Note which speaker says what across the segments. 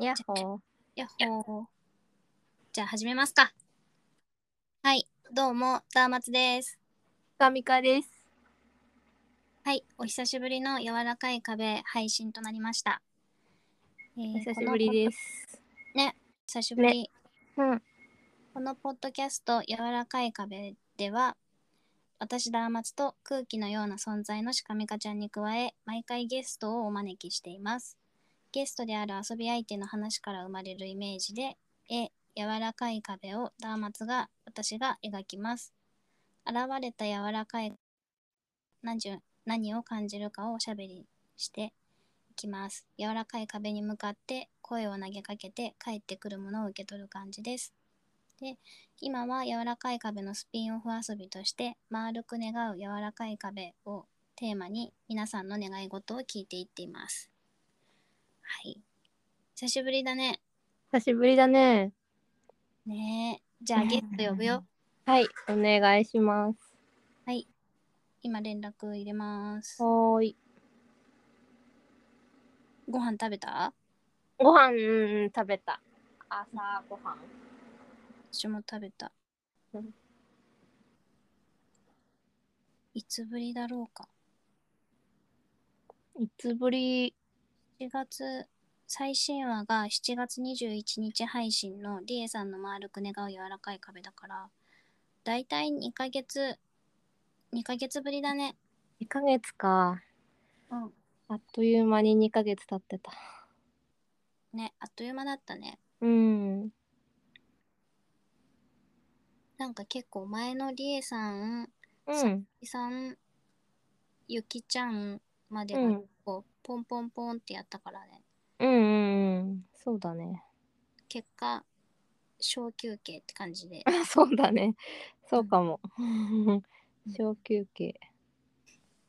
Speaker 1: やっほー。
Speaker 2: やっほー。じゃあ始めますか。はい、どうも、ダーマツです。
Speaker 1: かみかです。
Speaker 2: はい、お久しぶりの柔らかい壁配信となりました。えー。
Speaker 1: お久しぶりですす。
Speaker 2: 久しぶり。
Speaker 1: うん。
Speaker 2: このポッドキャスト「柔らかい壁」では私ダーマツと空気のような存在のしかみかちゃんに加え毎回ゲストをお招きしていますゲストである遊び相手の話から生まれるイメージで絵柔らかい壁をダーマツが私が描きます現れた柔らかい何じゅ何を感じるかをおしゃべりしていきます柔らかい壁に向かって声を投げかけて帰ってくるものを受け取る感じです今は柔らかい壁のスピンオフ遊びとして「丸く願う柔らかい壁」をテーマに皆さんの願い事を聞いていっています。はい。久しぶりだね。
Speaker 1: 久しぶりだね。
Speaker 2: ねえ。じゃあゲスト呼ぶよ。
Speaker 1: はい、お願いします。
Speaker 2: 今連絡入れます。
Speaker 1: はーい。
Speaker 2: ご飯食べた
Speaker 1: ご飯、うんうん、食べた。朝ご飯。
Speaker 2: 私も食べた
Speaker 1: うん。
Speaker 2: いつぶりだろうか。
Speaker 1: いつぶり。
Speaker 2: 7月最新話が7月21日配信のリエさんの丸く願う柔らかい壁だからだいたい2ヶ月2ヶ月ぶりだね
Speaker 1: 2ヶ月か。
Speaker 2: うん
Speaker 1: あっという間に2ヶ月経ってた。
Speaker 2: ねあっという間だったね
Speaker 1: うん。
Speaker 2: なんか結構前のリエさん
Speaker 1: うん。
Speaker 2: リさんゆきちゃんまでが
Speaker 1: うん
Speaker 2: こう、ポンポンポンってやったからね
Speaker 1: うんうんうん。そうだね。
Speaker 2: 結果小休憩って感じで
Speaker 1: そうだね。そうかも。小休憩。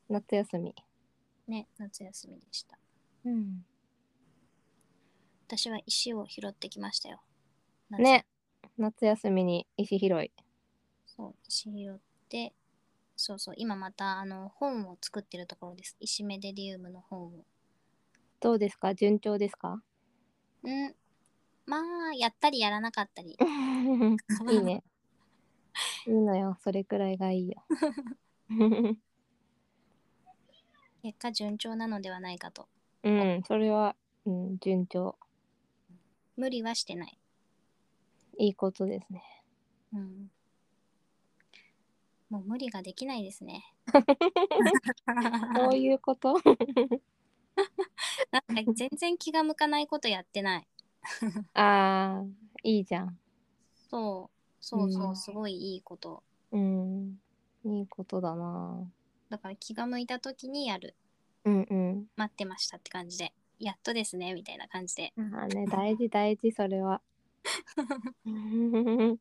Speaker 1: 夏休み。
Speaker 2: ね夏休みでした
Speaker 1: うん。
Speaker 2: 私は石を拾ってきましたよ夏
Speaker 1: ね。夏休みに石拾い。
Speaker 2: そう、石拾って、そうそう、今またあの本を作ってるところです。石メデリウムの本を。
Speaker 1: どうですか順調ですか
Speaker 2: うん。まあ、やったりやらなかったり。
Speaker 1: いいね。いいのよ。それくらいがい いよ。
Speaker 2: 結果順調なのではないかと。
Speaker 1: うん、それは、うん、順調。
Speaker 2: 無理はしてない。
Speaker 1: いいことですね。
Speaker 2: うん。もう無理ができないですね。
Speaker 1: どういう こと
Speaker 2: なんか全然気が向かないことやってない。
Speaker 1: ああ、いいじゃん。
Speaker 2: そう、そうそうう、
Speaker 1: ん
Speaker 2: すごいいいこと。
Speaker 1: うん。いいことだな。
Speaker 2: だから気が向いた時にやる。
Speaker 1: うんうん。
Speaker 2: 待ってましたって感じで。やっとですね、みたいな感じで。
Speaker 1: ああね、大事大事、それ は。うん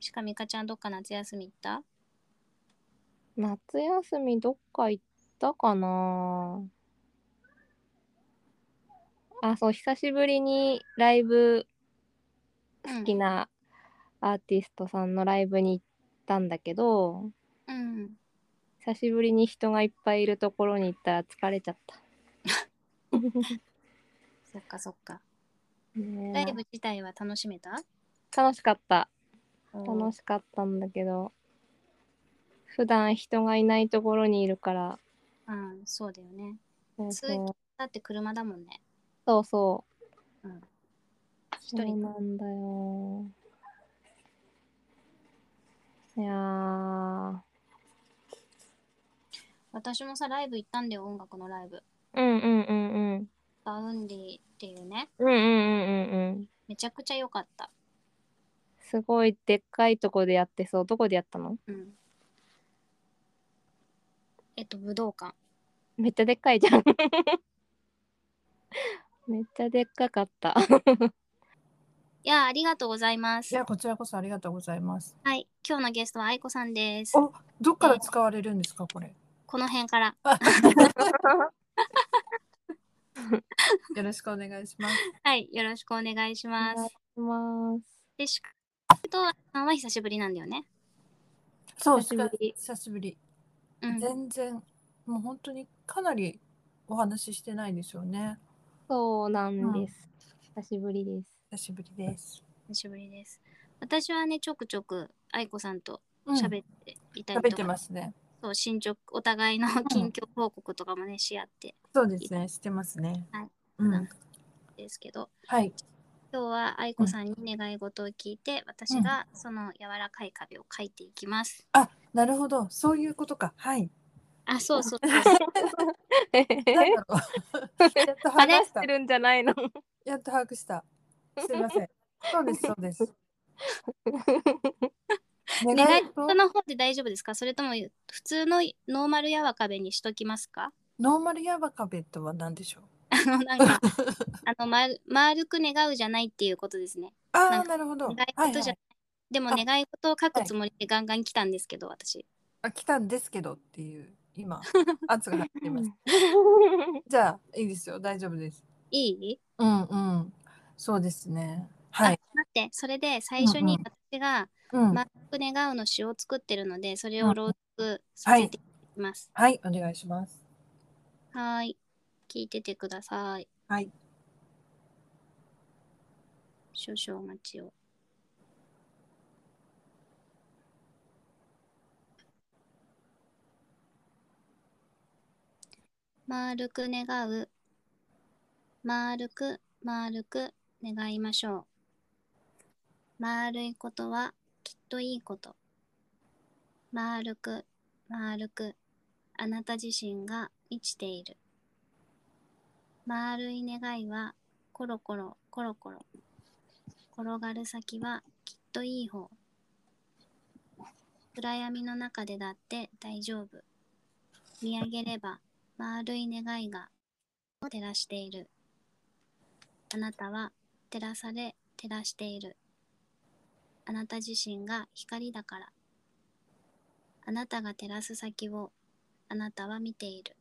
Speaker 2: しかみかちゃんどっか夏休み行った
Speaker 1: 夏休みどっか行ったかなあ、そう、久しぶりにライブ
Speaker 2: 好
Speaker 1: 好きなアーティストさんのライブに行ったんだけど
Speaker 2: うん、
Speaker 1: 久しぶりに人がいっぱいいるところに行ったら疲れちゃった。
Speaker 2: そっかそっか。
Speaker 1: ねえ
Speaker 2: ライブ自体は楽しめた
Speaker 1: 楽しかった
Speaker 2: 楽
Speaker 1: 楽しかったんだけど普段人がいないところにいるから
Speaker 2: うん、そうだよね。
Speaker 1: そう
Speaker 2: 通
Speaker 1: そう
Speaker 2: 勤だって車だもんね。
Speaker 1: そうそ
Speaker 2: うん。一
Speaker 1: うそう
Speaker 2: 人
Speaker 1: な
Speaker 2: か
Speaker 1: んだよいやー
Speaker 2: 私もさ、ライブ行ったんだよ、音楽のライブ。
Speaker 1: うんうんうんうん
Speaker 2: バウンディっていうね。
Speaker 1: うんうんうんうんうん
Speaker 2: めちゃくちゃ良かった。
Speaker 1: すごいでっかいとこでやってそうどこでやったの
Speaker 2: うん。えっと、武道館。
Speaker 1: めっちゃでっかいじゃん。めっちゃでっかかった。
Speaker 2: いやあ、ありがとうございま
Speaker 3: い
Speaker 2: す。
Speaker 3: や、こちらこそありがとうございます。
Speaker 2: はい。今日のゲストは愛子さんです。
Speaker 3: お、どっから使われるんですか、これ。
Speaker 2: この辺から。
Speaker 3: よろしくお願いします。
Speaker 2: はい。よろしくお願いしま
Speaker 1: お願い
Speaker 2: す
Speaker 1: し。ます。
Speaker 2: で、しかと、あさんは久しぶりなんだよね。
Speaker 3: そう、
Speaker 1: 久しぶり
Speaker 3: 久しぶり。
Speaker 2: うん。
Speaker 3: 全然、もう本当にかなりお話ししてないですよね。
Speaker 1: そうなんです。久しぶりです。
Speaker 3: 久しぶりです。
Speaker 2: 久しぶりです。私はね、ちょくちょく愛子さんと
Speaker 3: うん
Speaker 2: 喋っていたり
Speaker 3: 喋っ
Speaker 2: と
Speaker 3: て
Speaker 2: か、
Speaker 3: ますね。
Speaker 2: そう進捗、お互いの近況報告とかもね、し合って
Speaker 3: そうですね。してますね。
Speaker 2: はい。
Speaker 3: うん。
Speaker 2: ですけど、
Speaker 3: はい。
Speaker 2: 今日は愛子さんに願い事を聞いて、私がその柔らかい壁を書いていきます。
Speaker 3: あ、なるほど。そういうことか。はい。
Speaker 2: あ、そうそうそう。
Speaker 3: なんだろう。やっと把握
Speaker 1: 話
Speaker 3: し
Speaker 1: したて。るんじゃないの。
Speaker 3: やっと把握した。すいません。そうです。そうです。
Speaker 2: 願い
Speaker 3: 事
Speaker 2: 事の方で大丈夫ですかそれとも普通のノーマルやわかべにしときますか
Speaker 3: ノーマルヤバカベットは何でしょう
Speaker 2: あの、なん か、あの、まる、丸く願うじゃないっていうことですね。
Speaker 3: あ
Speaker 2: な
Speaker 3: あ、
Speaker 2: んか
Speaker 3: なるほど。は
Speaker 2: 願
Speaker 3: い
Speaker 2: い
Speaker 3: はい
Speaker 2: 事じゃ、ない。でも願い事を書くつもりでガンガン来たんですけど、私。
Speaker 3: あ、来たんですけどっていう、 今、圧が入っています。じゃあ、いいですよ。大丈夫です。
Speaker 2: いい
Speaker 3: うんうん。そうですね。はい。
Speaker 2: 待って、それで最初に
Speaker 3: うん
Speaker 2: 私が
Speaker 3: うん。
Speaker 2: 丸く願うの詩を作ってるので、それを朗読させていただきます。
Speaker 3: はい、お願いします。
Speaker 2: はーい。聞いててください。
Speaker 3: はい。
Speaker 2: 少々お待ちを。丸く願う。丸く、丸く願いましょう。丸いことはきっといいこと。丸く、丸く、あなた自身が満ちている。丸い願いはコロコロコロコロ転がる先はきっといい方暗闇の中でだって大丈夫見上げれば丸い願いがを照らしているあなたは照らされ照らしているあなた自身が光だからあなたが照らす先をあなたは見ている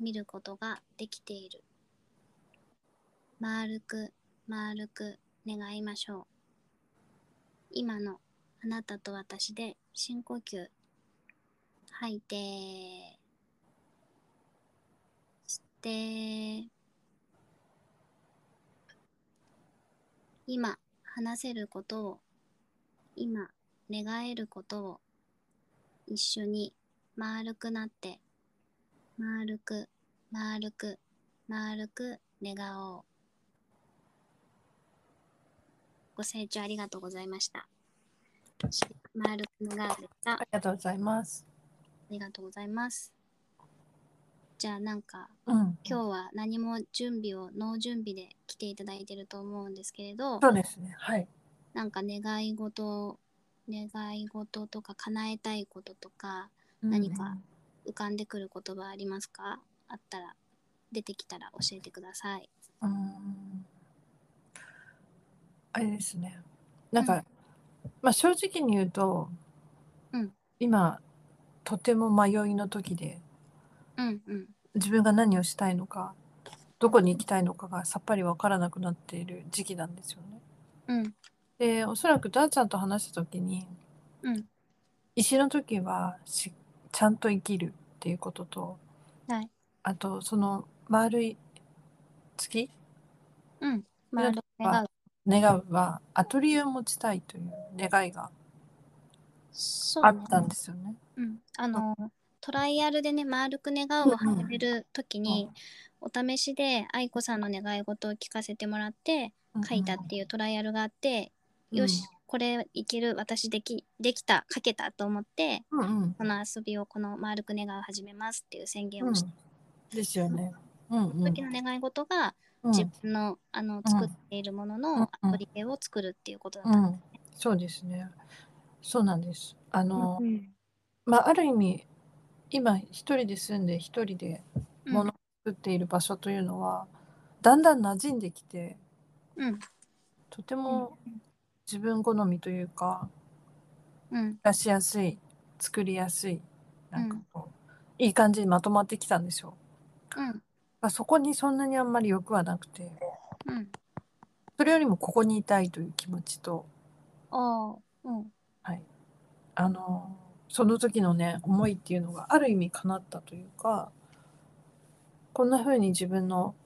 Speaker 2: 見ることができている。丸く丸く願いましょう。今のあなたと私で深呼吸。吐いて、吸って、今話せることを、今願えることを、一緒に丸くなって丸く、丸く、丸く願おう。ご清聴ありがとうございました。丸く願うでした。
Speaker 3: あ
Speaker 2: あ
Speaker 3: りがとうございます。
Speaker 2: りがとうございます。じゃあなんか、
Speaker 3: うん。
Speaker 2: 今日は何も準備を、ノー準備で来ていただいてると思うんですけれど、
Speaker 3: そうですね。はい。
Speaker 2: なんか願い事を、願い事とか叶えたいこととか、何か浮かんでくる言葉ありますかあったら出てきたら教えてください。
Speaker 3: うん。うん。あれですね。なんか、
Speaker 2: う
Speaker 3: まあ正直に言うと、
Speaker 2: うん
Speaker 3: 今、とても迷いの時で、
Speaker 2: うんうん
Speaker 3: 自分が何をしたいのか、どこに行きたいのかがさっぱりわからなくなっている時期なんですよね。
Speaker 2: うん
Speaker 3: で、おそらくダーちゃんと話した時に、
Speaker 2: うん
Speaker 3: 石の時はしちゃんと生きるっていうことと
Speaker 2: はい
Speaker 3: あとその丸い月
Speaker 2: うん。
Speaker 3: まあ
Speaker 2: 丸願う。
Speaker 3: 願うはアトリエを持ちたいという願いが
Speaker 2: そう
Speaker 3: あ
Speaker 2: ね
Speaker 3: ったんですよね。
Speaker 2: うん、あのトライアルでね丸く願うを始める時に、お試しで愛子さんの願い事を聞かせてもらって
Speaker 3: うん
Speaker 2: 書いたっていうトライアルがあって、よし、これいける私できできた書けたと思って
Speaker 3: うんうん
Speaker 2: この遊びをこの丸く願うを始めますっていう宣言
Speaker 3: う
Speaker 2: を
Speaker 3: ん
Speaker 2: した
Speaker 3: ですよね。うんうん
Speaker 2: 時の願い事が、
Speaker 3: うん
Speaker 2: 自分のあの作っているもの
Speaker 3: うん
Speaker 2: のアトリエを作るっていうことだった
Speaker 3: うん
Speaker 2: で
Speaker 3: んそうですね。そうなんです。あの、
Speaker 1: うん
Speaker 3: まあある意味今一人で住んで一人で
Speaker 2: うん
Speaker 3: ものを作っている場所というのは、だんだん馴染んできて
Speaker 2: うん
Speaker 3: とても自分好みというか
Speaker 2: うん
Speaker 3: 出しやすい作りやすいなんかこう、いい感じにまとまってきたんですよ。
Speaker 2: うん
Speaker 3: まあ、そこにそんなにあんまり欲はなくて
Speaker 2: うん
Speaker 3: それよりもここにいたいという気持ちと
Speaker 2: ああうん
Speaker 3: あのその時のね思いっていうのがある意味叶ったというかこんな風に自分の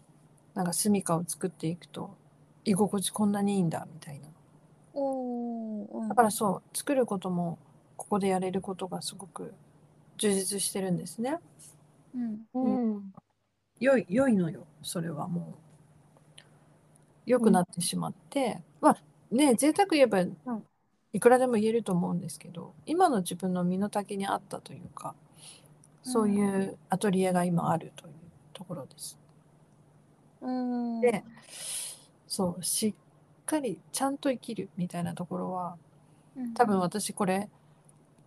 Speaker 3: なんか住処を作っていくと居心地こんなにいいんだみたいな
Speaker 2: おーうん
Speaker 3: だからそう作ることもここでやれることがすごく充実してるんですね
Speaker 2: うん
Speaker 1: うん。
Speaker 3: 良い良いのよそれはもう良くなってしまって、まあね贅沢言えばいくらでも言えると思うんですけど今の自分の身の丈に合ったというかそういうアトリエが今あるというところです。
Speaker 2: うん
Speaker 3: でそうしっかりちゃんと生きるみたいなところは
Speaker 2: うん
Speaker 3: 多分私これ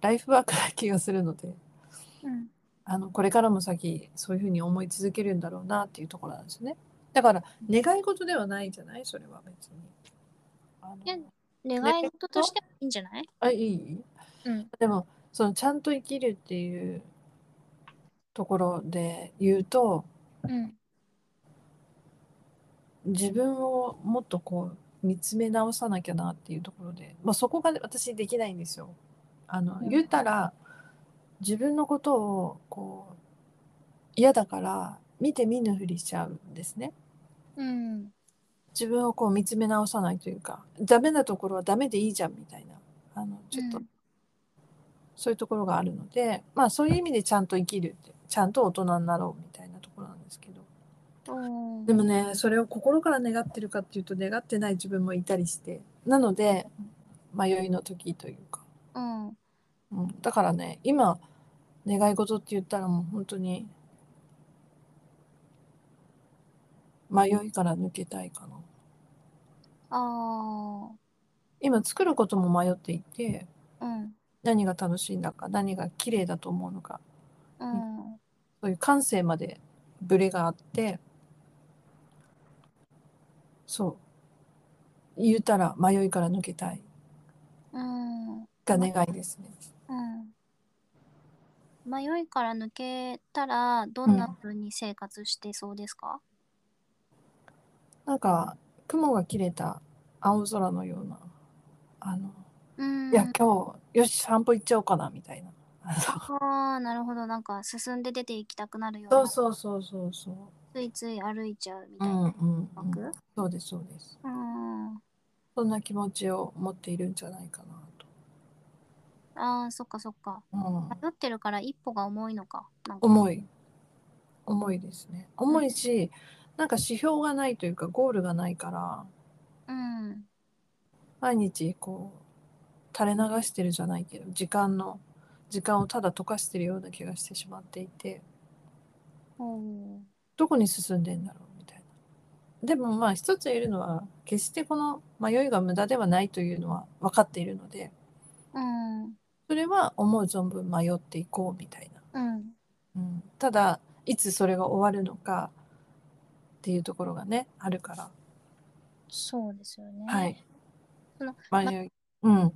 Speaker 3: ライフワークな気がするので
Speaker 2: うん
Speaker 3: あのこれからも先そういうふうに思い続けるんだろうなっていうところなんですね。だから願い事ではないじゃないそれは別に。あの
Speaker 2: いや願い事としてはいいんじゃない
Speaker 3: あいい
Speaker 2: うん
Speaker 3: でもそのちゃんと生きるっていうところで言うと
Speaker 2: うん
Speaker 3: 自分をもっとこう見つめ直さなきゃなっていうところで、まあ、そこが私できないんですよ。あの
Speaker 2: うん
Speaker 3: 言ったら自分のことをこう嫌だから見て見ぬふりしちゃうんですね。
Speaker 2: うん
Speaker 3: 自分をこう見つめ直さないというかダメなところはダメでいいじゃんみたいなあのちょっと、
Speaker 2: うん
Speaker 3: そういうところがあるのでまあそういう意味でちゃんと生きるってちゃんと大人になろうみたいなところなんですけど
Speaker 2: おー
Speaker 3: でもねそれを心から願ってるかっていうと願ってない自分もいたりしてなので迷いの時というか、
Speaker 2: うん
Speaker 3: うん、だからね今願い事って言ったらもう本当に迷いから抜けたいかな。
Speaker 2: あ
Speaker 3: 今作ることも迷っていて
Speaker 2: あうん
Speaker 3: 何が楽しいんだか何が綺麗だと思うのか
Speaker 2: うん
Speaker 3: そういう感性までブレがあってそう言うたら迷いから抜けたい
Speaker 2: うん
Speaker 3: が願いですね。
Speaker 2: うん迷いから抜けたらどんな風に生活してそうですか、
Speaker 3: なんか雲が切れた青空のようなあの
Speaker 2: うん、
Speaker 3: いや今日よし散歩行っちゃおうかなみたいな。あの
Speaker 2: ああなるほどなんか進んで出て行きたくなるよう
Speaker 3: そ
Speaker 2: な
Speaker 3: うそうそうそうそう。
Speaker 2: ついつい歩いちゃうみ
Speaker 3: う
Speaker 2: たい
Speaker 3: んう、
Speaker 2: なん
Speaker 3: うん
Speaker 2: 感、覚
Speaker 3: そうですそうです。
Speaker 2: うん
Speaker 3: そんな気持ちを持っているんじゃないかなと。
Speaker 2: ああそっかそっか
Speaker 3: う
Speaker 2: 迷
Speaker 3: ん
Speaker 2: ってるから一歩が重いのかなんか
Speaker 3: 重い重いですね重いしなんか指標がないというかゴールがないか
Speaker 2: う
Speaker 3: ら
Speaker 2: ん
Speaker 3: 毎日こう垂れ流してるじゃないけど時間の時間をただ溶かしてるような気がしてしまっていて
Speaker 2: おー
Speaker 3: どこに進んでんだろうみたいなでもまあ一つ言えるのは決してこの迷いが無駄ではないというのは分かっているので
Speaker 2: うんうん
Speaker 3: それは思う存分迷っていこうみたいな、
Speaker 2: うん
Speaker 3: うん、ただいつそれが終わるのかっていうところがねあるから
Speaker 2: そうですよね
Speaker 3: はい。
Speaker 2: その
Speaker 3: 迷い。うん。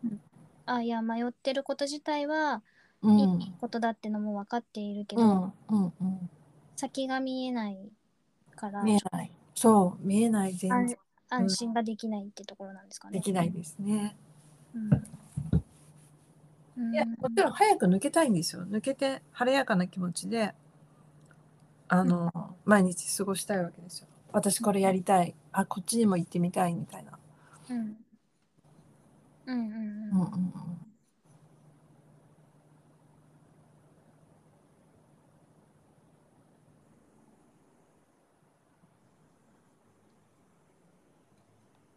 Speaker 2: あいや迷ってること自体は
Speaker 3: う
Speaker 2: い
Speaker 3: ん。
Speaker 2: いことだってのも分かっているけど、
Speaker 3: うん。うん。うん。
Speaker 2: 先が見えないから
Speaker 3: 見えない。そう、見えない。全
Speaker 2: 安
Speaker 3: 然
Speaker 2: 安心ができないってところなんですかね。
Speaker 3: できないですね。
Speaker 2: うん、
Speaker 3: いや、もちろん早く抜けたいんですよ。抜けて晴れやかな気持ちで。あの、毎日過ごしたいわけですよ。私これやりたい。あ、こっちにも行ってみたいみたいな。
Speaker 2: うん、うんうんうん
Speaker 3: うん。うん。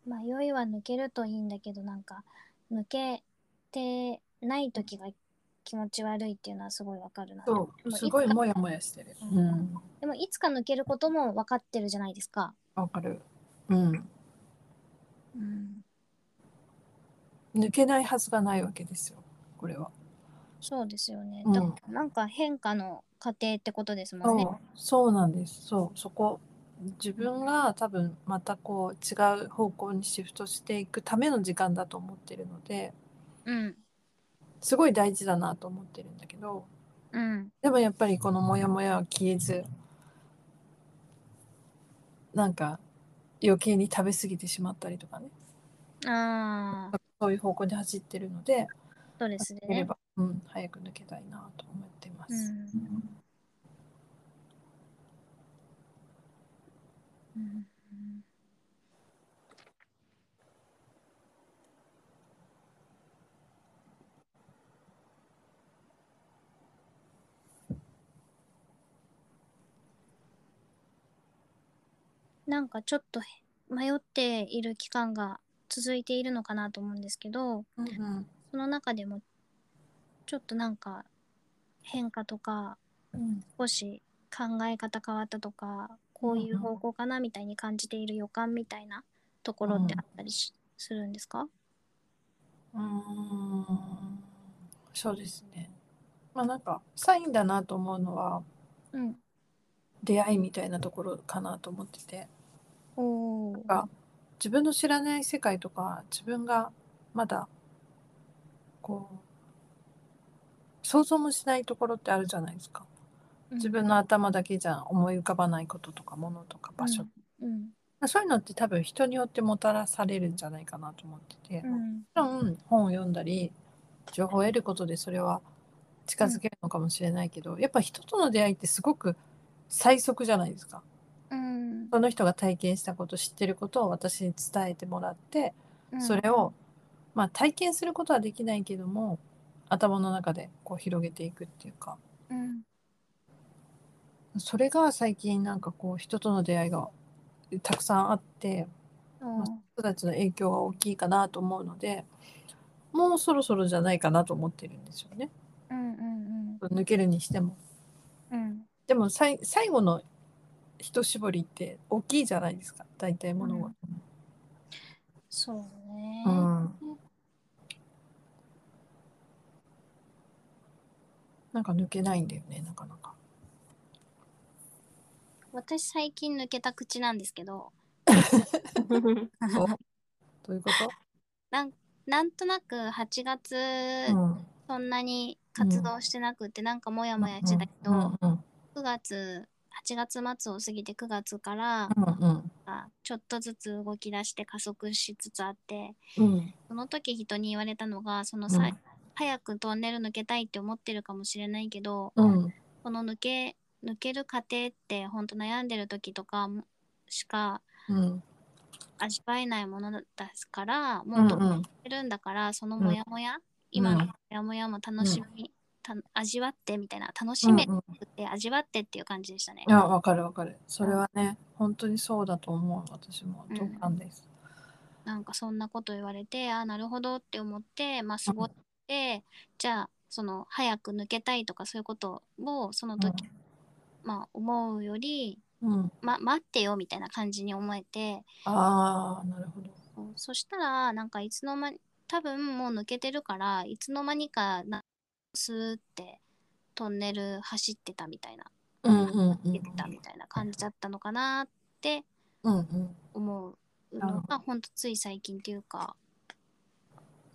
Speaker 2: 迷いは抜けるといいんだけどなんか抜けてない時が気持ち悪いっていうのはすごいわかるな
Speaker 3: そう、すごいモヤモヤしてる。うん。
Speaker 2: でもいつか抜けることも分かってるじゃないですか、
Speaker 3: わかる。うん。
Speaker 2: うん、
Speaker 3: 抜けないはずがないわけですよ。これは。
Speaker 2: そうですよね、
Speaker 3: うん
Speaker 2: だからなんか変化の過程ってことですもんね
Speaker 3: そうそうなんですそうそこ自分が多分またこう違う方向にシフトしていくための時間だと思ってるので
Speaker 2: うん
Speaker 3: すごい大事だなと思ってるんだけど
Speaker 2: うん
Speaker 3: でもやっぱりこのモヤモヤは消えずなんか余計に食べ過ぎてしまったりとかね
Speaker 2: ああ
Speaker 3: そういう方向に走ってるので、
Speaker 2: ストレスで
Speaker 3: できれ
Speaker 2: ね
Speaker 3: ば、うん、早く抜けたいなと思ってます。
Speaker 2: うんうんなんかちょっとへ迷っている期間が続いているのかなと思うんですけど
Speaker 3: うんうん
Speaker 2: その中でもちょっとなんか変化とか
Speaker 3: うん
Speaker 2: 少し考え方変わったとかこういう方向かなみたいに感じている予感みたいなところってあったりし、するんですか、
Speaker 3: うーんそうですね。まあなんかサインだなと思うのは
Speaker 2: うん、
Speaker 3: 出会いみたいなところかなと思ってて
Speaker 2: おー
Speaker 3: が自分の知らない世界とか自分がまだこう想像もしないところってあるじゃないですか。自分の頭だけじゃ思い浮かばないこととかものとか場所、
Speaker 2: うん
Speaker 3: まあそういうのって多分人によってもたらされるんじゃないかなと思ってて。
Speaker 2: うん
Speaker 3: もちろん本を読んだり情報を得ることでそれは近づけるのかもしれないけど、やっぱ人との出会いってすごく最速じゃないですか
Speaker 2: うん
Speaker 3: その人が体験したこと知ってることを私に伝えてもらって、
Speaker 2: うん
Speaker 3: それを、まあ、体験することはできないけども頭の中でこう広げていくっていうか
Speaker 2: うん
Speaker 3: それが最近なんかこう人との出会いがたくさんあって
Speaker 2: おー
Speaker 3: 人たちの影響が大きいかなと思うのでもうそろそろじゃないかなと思ってるんですよね。
Speaker 2: うんうん
Speaker 3: 抜けるにしても
Speaker 2: うんうん
Speaker 3: でもさい最後の一絞りって大きいじゃないですか大体物事、
Speaker 2: そうね、
Speaker 3: うんなんか抜けないんだよねなかなか
Speaker 2: 私最近抜けた口なんですけど
Speaker 3: どういうこ
Speaker 2: なんとなく8月、
Speaker 3: と、うん、
Speaker 2: そんなに活動してなくて、なんかモヤモヤしてたけど、
Speaker 3: うんうん
Speaker 2: 9月8月末を過ぎて9月から、
Speaker 3: うん
Speaker 2: あちょっとずつ動き出して加速しつつあって
Speaker 3: うん
Speaker 2: その時人に言われたのがその
Speaker 3: う
Speaker 2: さ、
Speaker 3: ん
Speaker 2: 早くトンネル抜けたいって思ってるかもしれないけど、
Speaker 3: うん
Speaker 2: この抜け抜ける過程って本当悩んでる時とかもしか
Speaker 3: うん
Speaker 2: 味わえないものだから
Speaker 3: う
Speaker 2: も
Speaker 3: ん
Speaker 2: うど
Speaker 3: うん
Speaker 2: ってるんだから、その
Speaker 3: うん
Speaker 2: モヤモヤ、今のモヤモヤも楽しみ、た味わってみたいな楽しめ
Speaker 3: うんうん
Speaker 2: って味わってっていう感じでしたね
Speaker 3: い。やわかるわかるそれはね本当にそうだと思う私も
Speaker 2: うん
Speaker 3: 同感です、
Speaker 2: なんかそんなこと言われてあなるほどって思ってまあ過ごして、じゃあその早く抜けたいとかそういうことをその時、まあ思うより、
Speaker 3: うんうん、
Speaker 2: ま、待ってよみたいな感じに思えて
Speaker 3: ああなるほど
Speaker 2: そうそしたらなんかいつの間に多分もう抜けてるからいつの間にかなスーってトンネル走ってたみたいな
Speaker 3: うんうんうん
Speaker 2: 出てたみたいな感じだったのかなって
Speaker 3: うんうん
Speaker 2: 思う
Speaker 3: なる
Speaker 2: の
Speaker 3: ほ
Speaker 2: がほんとつい最近っていうか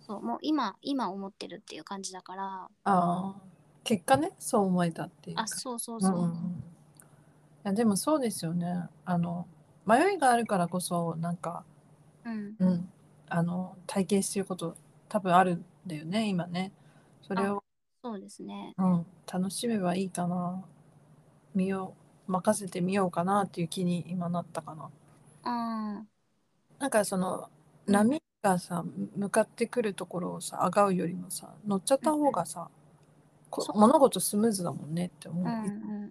Speaker 2: そうもう今今思ってるっていう感じだから
Speaker 3: ああ結果ねそう思えたっていうか
Speaker 2: あそうそうそう、
Speaker 3: うんうんうんいやでもそうですよねあの迷いがあるからこそなんか、
Speaker 2: うん
Speaker 3: うん、あの体験してること多分あるんだよね今ねそれを、
Speaker 2: そうですね
Speaker 3: うん、楽しめばいいかな身を任せてみようかなっていう気に今なったかな
Speaker 2: うん
Speaker 3: なんかその波がさ向かってくるところをさあがうよりもさ乗っちゃった方がさ、こ
Speaker 2: そう
Speaker 3: 物事スムーズだもんねって思う、
Speaker 2: うんうん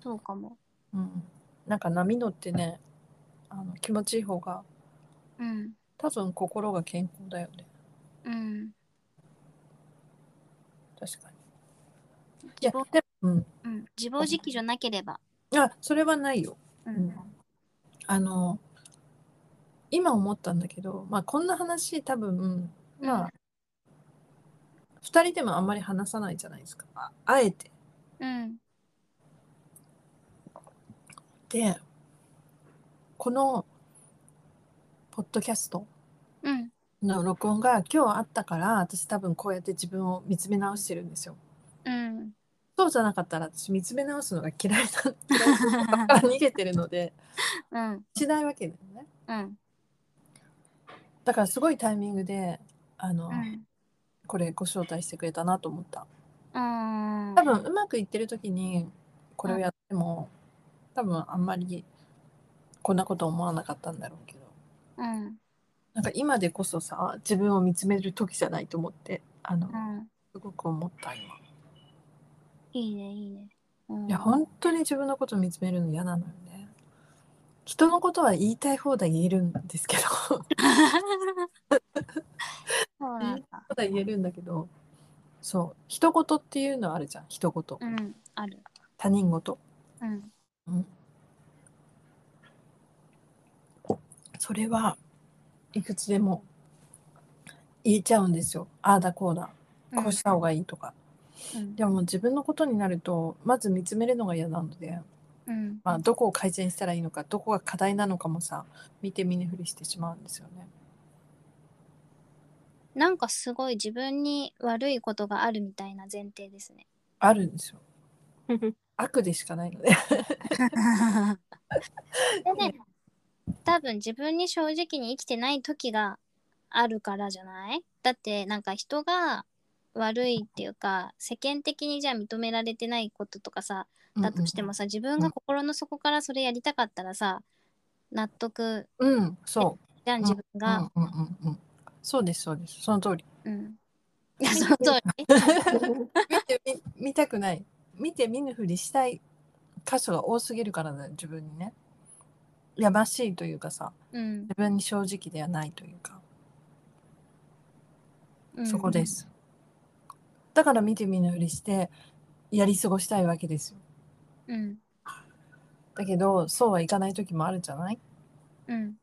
Speaker 2: そうかも
Speaker 3: うん、なんか波乗ってねあの気持ちいい方が
Speaker 2: うん
Speaker 3: 多分心が健康だよね
Speaker 2: うん
Speaker 3: 確かにいや
Speaker 2: 自暴
Speaker 3: でも、
Speaker 2: うん自暴自棄じゃなければ
Speaker 3: うん、あそれはないよ
Speaker 2: う
Speaker 3: うんあの今思ったんだけど、まあ、こんな話多分、まあ2人でもあんまり話さないじゃないですかああえて
Speaker 2: うん
Speaker 3: でこのポッドキャスト
Speaker 2: うん
Speaker 3: の録音が今日あったから私多分こうやって自分を見つめ直してるんですよ
Speaker 2: うん
Speaker 3: そうじゃなかったら私見つめ直すのが嫌いだ嫌いだ から逃げてるので
Speaker 2: うん
Speaker 3: しないわけだよね
Speaker 2: うん
Speaker 3: だからすごいタイミングであの、
Speaker 2: うん
Speaker 3: これご招待してくれたなと思った
Speaker 2: うん
Speaker 3: 多分うまくいってる時にこれをやっても多分あんまりこんなこと思わなかったんだろうけど
Speaker 2: うん
Speaker 3: なんか今でこそさ自分を見つめる時じゃないと思ってあの
Speaker 2: うん
Speaker 3: すごく思った今
Speaker 2: いいねいいね、うん、
Speaker 3: いや本当に自分のこと見つめるの嫌なのよね人のことは言いたい放題言えるんですけど
Speaker 2: そうなんだ
Speaker 3: ただ言えるんだけどそう人事っていうのあるじゃん人事、
Speaker 2: うんある
Speaker 3: 他人事
Speaker 2: うん
Speaker 3: それはいくつでも言えちゃうんですよああだこうだこうした方がいいと
Speaker 2: う
Speaker 3: か、
Speaker 2: ん
Speaker 3: でも自分のことになるとまず見つめるのが嫌なので、
Speaker 2: うん
Speaker 3: まあ、どこを改善したらいいのかどこが課題なのかもさ見て見ぬふりしてしまうんですよね。
Speaker 2: なんかすごい自分に悪いことがあるみたいな前提です ね。
Speaker 3: あるんですよ悪でしかないので
Speaker 2: それで多分自分に正直に生きてない時があるからじゃないだってなんか人が悪いっていうか世間的にじゃあ認められてないこととかさだとしてもさ自分が心の底からそれやりたかったらさ納得
Speaker 3: うん、うんうん、そ
Speaker 2: じゃん自分
Speaker 3: う、
Speaker 2: が。
Speaker 3: うんうんうんうん、そうですそうですその通り
Speaker 2: うん、いやその通り。
Speaker 3: 見てみ見たくない見て見ぬふりしたい箇所が多すぎるからだよ自分にねやましいというかさ
Speaker 2: うん
Speaker 3: 自分に正直ではないというか
Speaker 2: うん、
Speaker 3: そこで。す、だから見て見ぬふりしてやり過ごしたいわけですよ
Speaker 2: うん
Speaker 3: だけどそうはいかない時もあるじゃない
Speaker 2: うん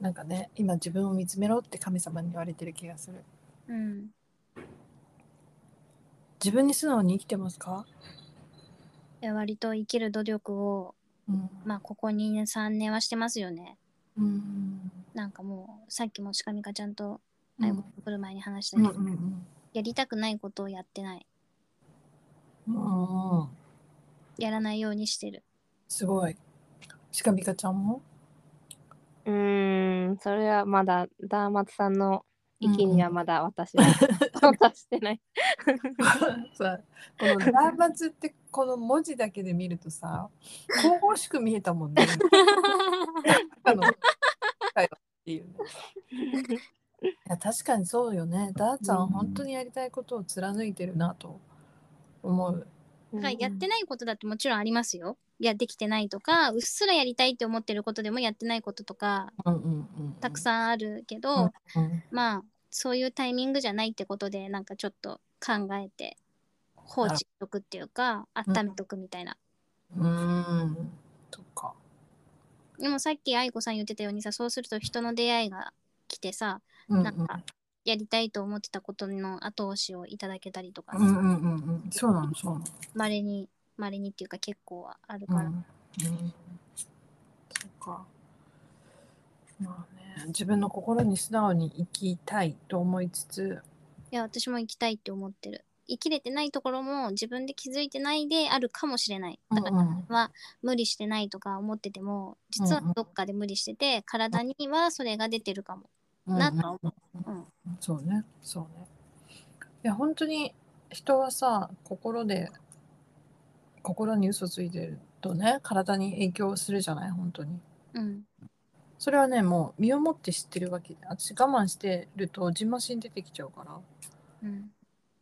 Speaker 3: なんかね今自分を見つめろって神様に言われてる気がする
Speaker 2: うん、
Speaker 3: 自分に素直に生きてますか、
Speaker 2: いや割と生きる努力を
Speaker 3: うん
Speaker 2: まあここ2年3年はしてますよね。
Speaker 3: うん
Speaker 2: なんかもうさっきもしかみかちゃんと
Speaker 3: う
Speaker 2: 来
Speaker 3: ん
Speaker 2: る前に話した
Speaker 3: う
Speaker 2: け
Speaker 3: ん
Speaker 2: ど、
Speaker 3: うん
Speaker 2: やりたくないことをやってない
Speaker 3: うんうん
Speaker 2: やらないようにして る。
Speaker 3: すごいしかみかちゃんも
Speaker 1: うーん、それはまだ、ダーマツさんの域にはまだ私は、達してない。
Speaker 3: さこの「断末」ってこの文字だけで見るとさ神々しく見えたもんね。あの会話って いうねいや確かにそうよね。ダーちゃん、
Speaker 1: うん
Speaker 3: 本当にやりたいことを貫いてるなと思う。
Speaker 2: だからやってないことだってもちろんありますよ。いやできてないとかうっすらやりたいって思ってることでもやってないこととか
Speaker 3: うんうんうん、
Speaker 2: たくさんあるけど、
Speaker 3: ん、うん
Speaker 2: まあそういうタイミングじゃないってことでなんかちょっと考えて放置しとくっていうか温めとくみたいな。
Speaker 3: うーん。とか。
Speaker 2: でもさっき愛子さん言ってたようにさそうすると人の出会いが来てさ
Speaker 3: うんうん
Speaker 2: なんかやりたいと思ってたことの後押しをいただけたりとか
Speaker 3: うんうんうんうん。そうなのそうなの。
Speaker 2: まれにまれにっていうか結構はあるか
Speaker 3: う
Speaker 2: ら
Speaker 3: んうん、そっかまあね自分の心に素直に生きたいと思いつつ
Speaker 2: いや私も行きたいって思ってる生きれてないところも自分で気づいてないであるかもしれないだから
Speaker 3: うん
Speaker 2: 無理してないとか思ってても実は
Speaker 3: うんうん
Speaker 2: どっかで無理してて体にはそれが出てるかも
Speaker 3: うん
Speaker 2: なとは思う
Speaker 3: うんそうねそうねいや本当に人はさ心で心に嘘ついてるとね体に影響するじゃない本当に
Speaker 2: うん
Speaker 3: それはねもう身をもって知ってるわけで私我慢してるとじんましん出てきちゃうから
Speaker 2: うん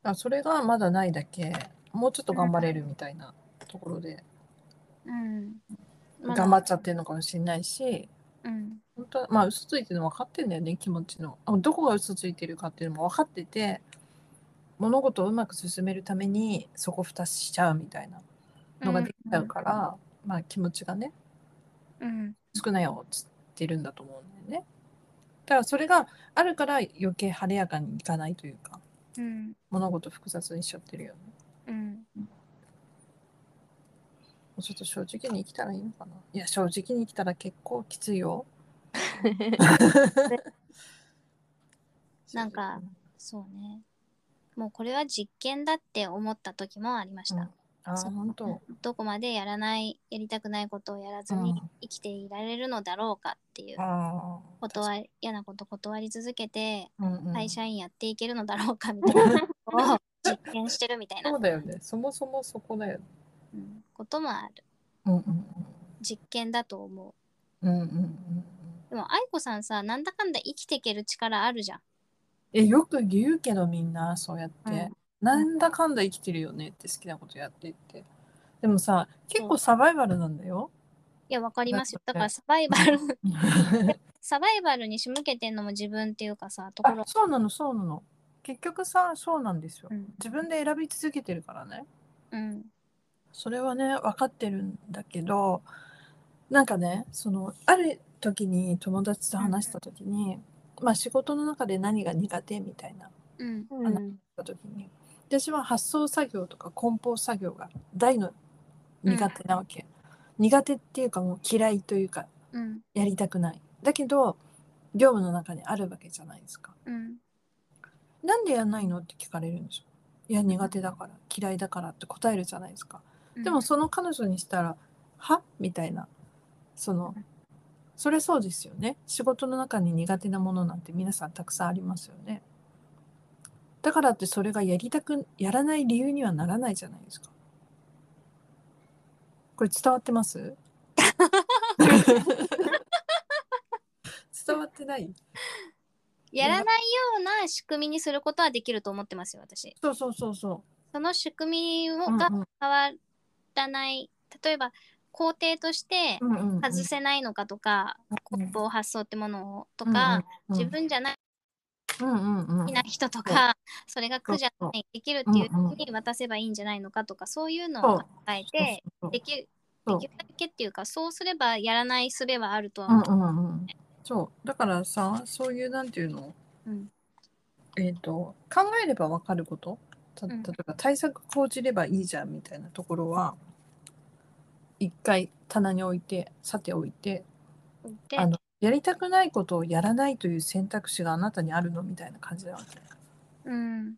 Speaker 3: あそれがまだないだけもうちょっと頑張れるみたいなところで
Speaker 2: うんまだ
Speaker 3: 頑張っちゃってるのかもしれないし
Speaker 2: うん
Speaker 3: 本当はまあ嘘ついてるの分かってんだよね気持ちのあどこが嘘ついてるかっていうのも分かってて物事をうまく進めるためにそこ蓋しちゃうみたいなのができちゃうから、まあ気持ちがね
Speaker 2: うん
Speaker 3: 少ないよっつってるんだと思うんだよねだからそれがあるから余計晴れやかにいかないというか
Speaker 2: うん
Speaker 3: 物事複雑にしちゃってるよね
Speaker 2: うん
Speaker 3: もうちょっと正直に生きたらいいのかないや正直に生きたら結構きついよ
Speaker 2: なんかそうねもうこれは実験だって思った時もありました、
Speaker 3: うんあー
Speaker 2: そう
Speaker 3: 本当
Speaker 2: どこまでやらないやりたくないことをやらず
Speaker 3: う
Speaker 2: に
Speaker 3: ん
Speaker 2: 生きていられるのだろうかっていう
Speaker 3: ああ
Speaker 2: ことは嫌なこと断り続けて
Speaker 3: うんうん
Speaker 2: 会社員やっていけるのだろうかみたい なことを実験してるみたいな
Speaker 3: そうだよねそもそもそこだよね
Speaker 2: うんこともある
Speaker 3: うんうんうん
Speaker 2: 実験だと思
Speaker 3: うんうんうんうん。
Speaker 2: う。でも愛子さんさなんだかんだ生きていける力あるじゃん。
Speaker 3: え、よく言うけどみんなそうやって、
Speaker 2: うん
Speaker 3: なんだかんだ生きてるよねって好きなことやってって。でもさ、結構サバイバルなん だよ。
Speaker 2: いやわかりますよ。
Speaker 3: だ
Speaker 2: だか
Speaker 3: って
Speaker 2: らサバイバル サバイバルに仕向けてんのも自分っていうかさとこ
Speaker 3: あ
Speaker 2: ろ。
Speaker 3: そうなのそうなの。結局さ、そうなんですよ
Speaker 2: う。ん
Speaker 3: 自分で選び続けてるからね。
Speaker 2: うん
Speaker 3: それはね分かってるんだけどなんかねそのある時に友達と話した時に、まあ、仕事の中で何が苦手みたいなのが
Speaker 2: うん
Speaker 1: うん
Speaker 3: あった時に私は発送作業とか梱包作業が大の苦手なわけ、苦手っていうかもう嫌いというか
Speaker 2: うん
Speaker 3: やりたくないだけど業務の中にあるわけじゃないですか
Speaker 2: うん
Speaker 3: なんでやんないのって聞かれるんですよいや苦手だから嫌いだからって答えるじゃないですか
Speaker 2: うん。
Speaker 3: でもその彼女にしたら「は?」みたいなそのそれそうですよね仕事の中に苦手なものなんて皆さんたくさんありますよねだからってそれがやりたくやらない理由にはならないじゃないですかこれ伝わってます伝わってない
Speaker 2: やらないような仕組みにすることはできると思ってますよ私。
Speaker 3: そうそうそうそ
Speaker 2: その仕組みを
Speaker 3: う、うん
Speaker 2: が変わらない例えば工程として
Speaker 3: うんうんうん
Speaker 2: 外せないのかとか、
Speaker 3: うん
Speaker 2: 梱包発送ってものをとか、
Speaker 3: うんうんうん
Speaker 2: 自分じゃない
Speaker 3: うんうんうん
Speaker 2: な人とか、それが苦じゃないできるっていう
Speaker 3: うんうん
Speaker 2: ふうに渡せばいいんじゃないのかとかそういう
Speaker 3: そ
Speaker 2: の
Speaker 3: う
Speaker 2: を考えて
Speaker 3: そうそうそう
Speaker 2: できる
Speaker 3: そ
Speaker 2: で
Speaker 3: う
Speaker 2: きるだけっていうかそうすればやらない術はあるとは
Speaker 3: うん
Speaker 2: 思う、
Speaker 3: うんうん、そうだからさそういうなんていうの、
Speaker 2: うん
Speaker 3: えっ、と考えればわかることた例
Speaker 2: うん
Speaker 3: えば対策講じればいいじゃんみたいなところは一回棚に置いてさておいて
Speaker 2: で
Speaker 3: あのやりたくないことをやらないという選択肢があなたにあるのみたいな感じだわけ
Speaker 2: うん、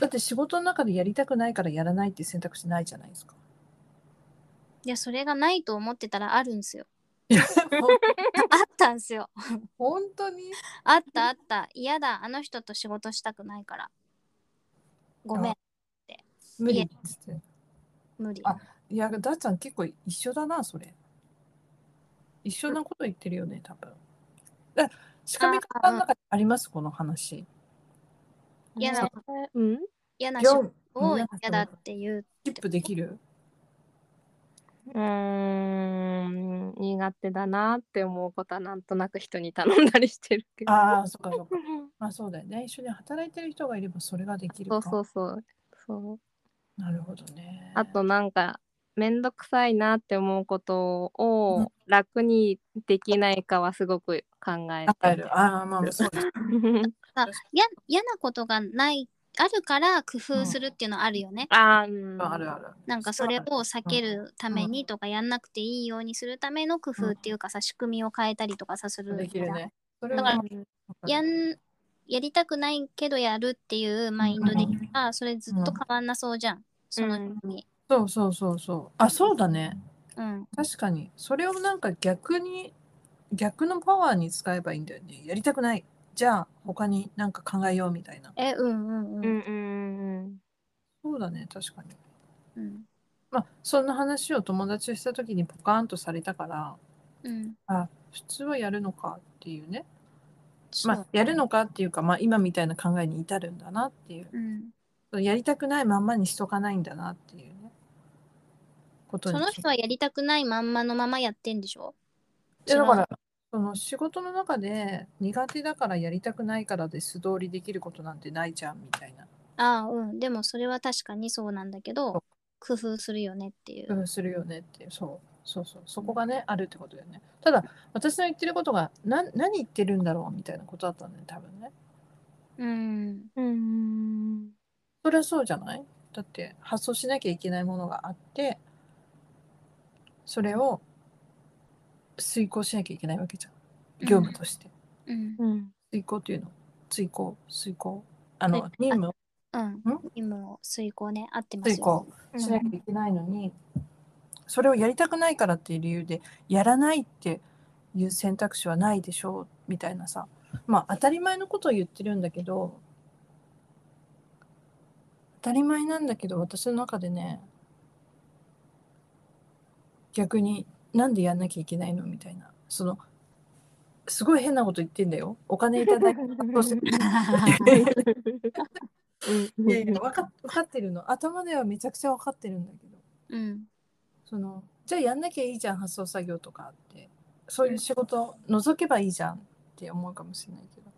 Speaker 3: だって仕事の中でやりたくないからやらないっていう選択肢ないじゃないです か。
Speaker 2: いやそれがないと思ってたらあるん ですよ
Speaker 3: もう
Speaker 2: あったんですよ
Speaker 3: 本当に
Speaker 2: あったあった嫌だあの人と仕事したくないからごめん
Speaker 3: あ無理っつって
Speaker 2: 無理
Speaker 3: あいやだっちゃん結構一緒だなそれ一緒なこと言ってるよね多分だ仕組み方の中にありますこの話
Speaker 2: いや
Speaker 1: それうん
Speaker 2: 嫌な仕事
Speaker 3: 業
Speaker 2: を嫌
Speaker 3: 嫌な仕事
Speaker 2: だっていう
Speaker 3: キップできる
Speaker 1: うーん苦手だなって思うことはなんとなく人に頼んだりしてるけど。
Speaker 3: ああそっかそっかまあそうだよね一緒に働いてる人がいればそれができる
Speaker 1: そ
Speaker 3: か
Speaker 1: うそうそうそう。
Speaker 3: なるほどね
Speaker 1: あとなんかめんどくさいなって思うこと
Speaker 3: う
Speaker 1: を楽にできないかはすごく考え
Speaker 3: あ
Speaker 1: て
Speaker 3: るあーまあそうですね
Speaker 1: る。
Speaker 2: や嫌なことがないあるから工夫するっていうのはあるよね、
Speaker 1: あー、うん、
Speaker 3: あるある
Speaker 2: なんかそれを避けるためにとかやんなくていいようにするための工夫っていうかさ仕組みを変えたりとかさする
Speaker 3: できるねそれ
Speaker 2: だか
Speaker 3: は
Speaker 2: らやんやりたくないけどやるっていうマインドでいけばそれずっと変わんなそうじゃん、その仕組み
Speaker 3: そうそうそうそうあそうだね
Speaker 2: うん
Speaker 3: 確かにそれをなんか逆に逆のパワーに使えばいいんだよねやりたくないじゃあ他になんか考えようみたいな
Speaker 2: えうんうんうん、
Speaker 1: うんうんうん。
Speaker 3: そうだね確かに
Speaker 2: うん
Speaker 3: まあそんな話を友達とした時にポカーンとされたから
Speaker 2: うん
Speaker 3: あ普通はやるのかっていうね
Speaker 2: そう
Speaker 3: まあやるのかっていうかまあ今みたいな考えに至るんだなっていう
Speaker 2: うん、
Speaker 3: やりたくないまんまにしとかないんだなっていうねこと
Speaker 2: そ
Speaker 3: に
Speaker 2: の人はやりたくないまんまのままやってんでしょ
Speaker 3: いやだからその仕事の中で苦手だからやりたくないからで素通りできることなんてないじゃんみたいな
Speaker 2: ああうんでもそれは確かにそうなんだけど工夫するよねっていう、
Speaker 3: うんするよねっていうそうそうそうそこがねあるってことだよねただ私の言ってることがな何言ってるんだろうみたいなことだったんだよね多分ね
Speaker 2: うん、
Speaker 1: うん
Speaker 3: それはそうじゃないだって発想しなきゃいけないものがあってそれを遂行しなきゃいけないわけじゃん業務として、
Speaker 2: うん
Speaker 1: うん
Speaker 3: 遂行っていうの遂行遂行あの任務を
Speaker 2: うん、任務を遂行ね合ってますよ
Speaker 3: 遂行しなきゃいけないのに、それをやりたくないからっていう理由でやらないっていう選択肢はないでしょうみたいなさまあ当たり前のことを言ってるんだけど当たり前なんだけど私の中でね逆になんでやんなきゃいけないのみたいなそのすごい変なこと言ってんだよお金い ただいてどうせいやいや分か分かってるの頭ではめちゃくちゃ分かってるんだけど
Speaker 2: うん。
Speaker 3: そのじゃあやんなきゃいいじゃん発送作業とかってそういう仕事覗けばいいじゃんって思うかもしれないけど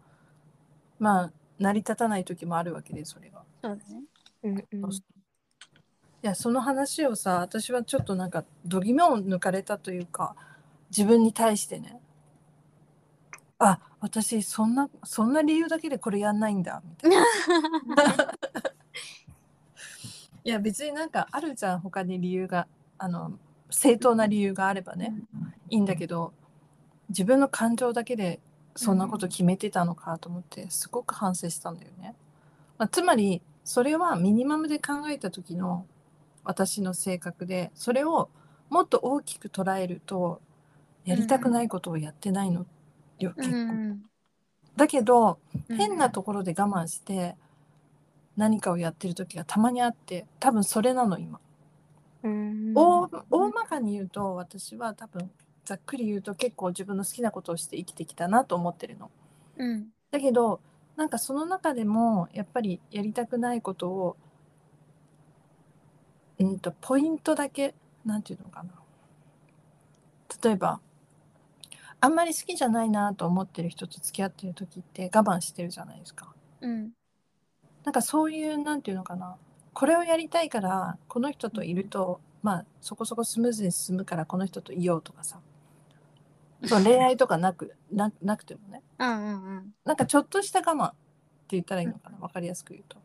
Speaker 3: まあ成り立たない時もあるわけでそれが。
Speaker 2: そうだね。
Speaker 1: うんうん
Speaker 3: いやその話をさ私はちょっとなんかどぎめを抜かれたというか自分に対してねあ私そんなそんな理由だけでこれやんないんだみた いな。いや別になんかあるじゃん他に理由があの正当な理由があればねいいんだけど自分の感情だけでそんなこと決めてたのかと思ってすごく反省したんだよね。まあ、つまりそれはミニマムで考えた時の私の性格でそれをもっと大きく捉えるとやりたくないことをやってないのよ
Speaker 2: う
Speaker 3: 結構。
Speaker 2: ん。
Speaker 3: だけど
Speaker 2: うん
Speaker 3: 変なところで我慢して何かをやってる時がたまにあって多分それなの今。
Speaker 1: うん
Speaker 3: 大大まかに言うと私は多分ざっくり言うと結構自分の好きなことをして生きてきたなと思ってるの。
Speaker 2: うん。
Speaker 3: だけどなんかその中でもやっぱりやりたくないことをうんとポイントだけなんていうのかな例えばあんまり好きじゃないなと思ってる人と付き合ってる時って我慢してるじゃないですか。
Speaker 2: うん。
Speaker 3: なんかそういうなんていうのかなこれをやりたいからこの人といると、まあそこそこスムーズに進むからこの人といようとかさその恋愛とかなく ななくてもね
Speaker 2: うんうん
Speaker 3: なんかちょっとした我慢って言ったらいいのかな分かりやすく言うと、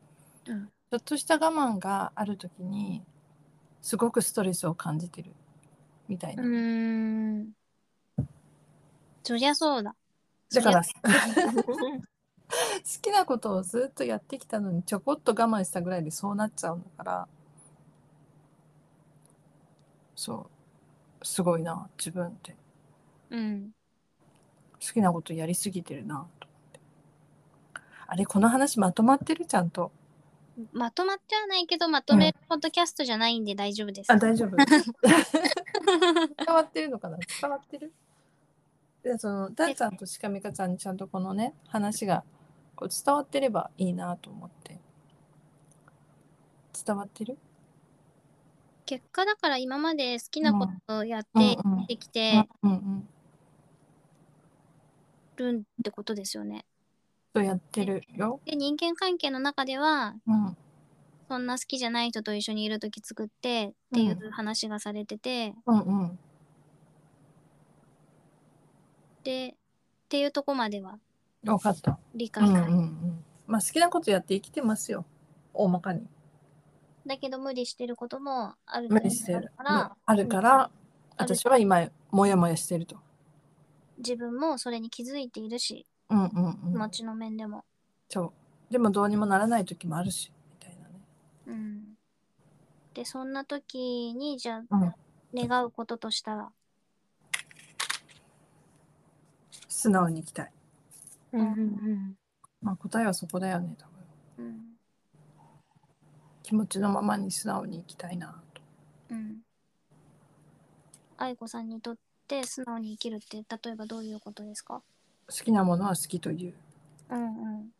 Speaker 2: うん
Speaker 3: ちょっとした我慢がある時にすごくストレスを感じてるみたいな、
Speaker 2: うん。うん。そりゃそう だ。
Speaker 3: だから好きなことをずっとやってきたのにちょこっと我慢したぐらいでそうなっちゃうんだからそうすごいな自分って
Speaker 2: うん。
Speaker 3: 好きなことやりすぎてるなと思ってあれこの話まとまってるちゃんと
Speaker 2: まとまってはないけど、まとめるポッドキャストじゃないんで大丈夫です。
Speaker 3: あ大丈 夫伝わってるのかな伝わってるでそのダンちゃんとシカミカちゃんにちゃんとこのね話がこう伝わってればいいなと思って伝わってる
Speaker 2: 結果だから今まで好きなことをやって
Speaker 3: うんうん
Speaker 2: できて
Speaker 3: うんうん、
Speaker 2: るってことですよね。
Speaker 3: とやってるよ。
Speaker 2: で、人間関係の中では、
Speaker 3: うん、
Speaker 2: そんな好きじゃない人と一緒にいる時作ってっていう話がされてて、
Speaker 3: うん、うん、
Speaker 2: で、っていうとこまでは
Speaker 3: 分かった。
Speaker 2: 理
Speaker 3: うん、
Speaker 2: 解、
Speaker 3: うん、うん。まあ、好きなことやって生きてますよ。大まかに。
Speaker 2: だけど無理してることもある
Speaker 3: 無理して
Speaker 2: あ
Speaker 3: る
Speaker 2: る。から、
Speaker 3: あるから、私は今、もやもやしてると。
Speaker 2: 自分もそれに気づいているし、
Speaker 3: うん、うん、
Speaker 2: 気
Speaker 3: う
Speaker 2: 持
Speaker 3: ん。
Speaker 2: ちの面でも。
Speaker 3: そう。でも、どうにもならない時もあるし。みたいなね。
Speaker 2: うん、で、そんな時に、じゃあ、
Speaker 3: うん
Speaker 2: 願うこととしたら、
Speaker 3: 素直にいきたい。
Speaker 1: うんうん
Speaker 3: まあ、答えはそこだよね。多分。
Speaker 2: うん
Speaker 3: 気持ちのままに素直にいきたいなと。
Speaker 2: うん、愛子さんにとって素直に生きるって、例えばどういうことですか
Speaker 3: 好きなものは好きという。
Speaker 2: うんうん。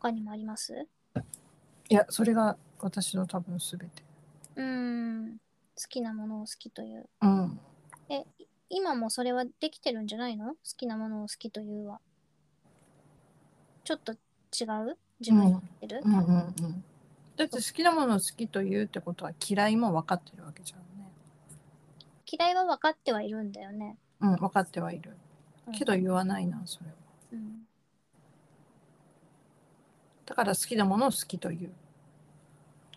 Speaker 2: 他にもあります
Speaker 3: いや、それが私の多分すべて。
Speaker 2: うん。好きなものを好きという。
Speaker 3: うん。
Speaker 2: 今もそれはできてるんじゃないの好きなものを好きというは。ちょっと違う自分に合ってる、
Speaker 3: うんうんうん、だって好きなものを好きと言うってことは嫌いも分かってるわけじゃんね。
Speaker 2: 嫌いは分かってはいるんだよね。
Speaker 3: うん、分かってはいる。
Speaker 2: うん
Speaker 3: けど、言わないな、それは。
Speaker 2: うん
Speaker 3: だから好きなものを好きと言う。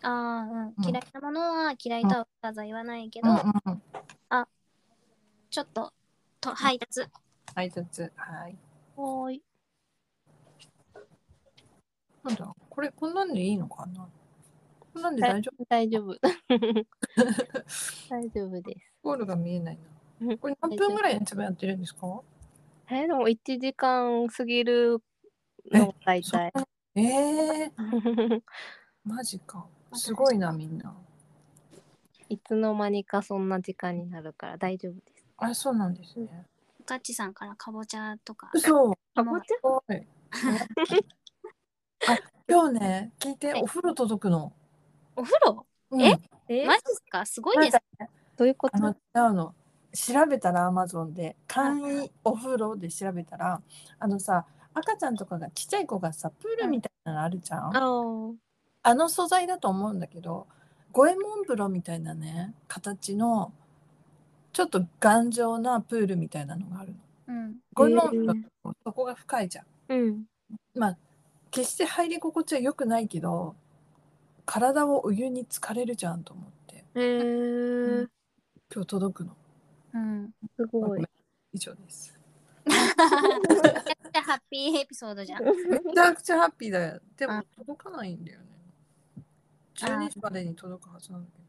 Speaker 2: ああ、うん。
Speaker 3: うん
Speaker 2: 嫌いなものは嫌いとはわざわざ言わないけ
Speaker 3: う
Speaker 2: ど、
Speaker 3: んうんうん。
Speaker 2: ちょっとと配達。
Speaker 3: 挨拶。はい。
Speaker 2: おーい。
Speaker 3: なんだ、これこんなんでいいのかなこんなんで大丈夫
Speaker 1: 大 丈夫。大丈夫です。
Speaker 3: ゴールが見えない
Speaker 1: うん
Speaker 3: な。これ何分ぐらいいつもやってるんですか
Speaker 1: えでも1時間過ぎるの大体。
Speaker 3: ええー、マジか。すごいな、みんな。
Speaker 1: いつの間にかそんな時間になるから大丈夫です。
Speaker 3: あ、そうなんですね。
Speaker 2: ガッチさんからかぼちゃとか。
Speaker 3: 嘘。
Speaker 1: かぼちゃ
Speaker 3: おい。あ、今日ね、聞いて、お風呂届くの。
Speaker 2: お風呂
Speaker 3: うん
Speaker 2: え
Speaker 1: え
Speaker 2: マジですかすごいです
Speaker 3: なんか。
Speaker 1: どういうこ
Speaker 3: あの、
Speaker 1: と
Speaker 3: 違うの。調べたらアマゾンで簡易お風呂で調べたらあのさ赤ちゃんとかがちっちゃい子がさプールみたいなのあるじゃん、
Speaker 1: あー
Speaker 3: あの素材だと思うんだけど五右衛門風呂みたいなね形のちょっと頑丈なプールみたいなのがあるの
Speaker 2: うん。
Speaker 3: 五右衛門風呂ってそこが深いじゃん
Speaker 1: うん。
Speaker 3: まあ決して入り心地は良くないけど体をお湯に浸かれるじゃんと思って
Speaker 1: えー、
Speaker 3: 今日届くの
Speaker 2: うん。
Speaker 1: すごい。
Speaker 3: 以上です
Speaker 2: めちゃくちゃハッピーエピソードじゃん。
Speaker 3: めちゃくちゃハッピーだよで
Speaker 2: あ
Speaker 3: も届かないんだよね12時までに届くはずなんだけど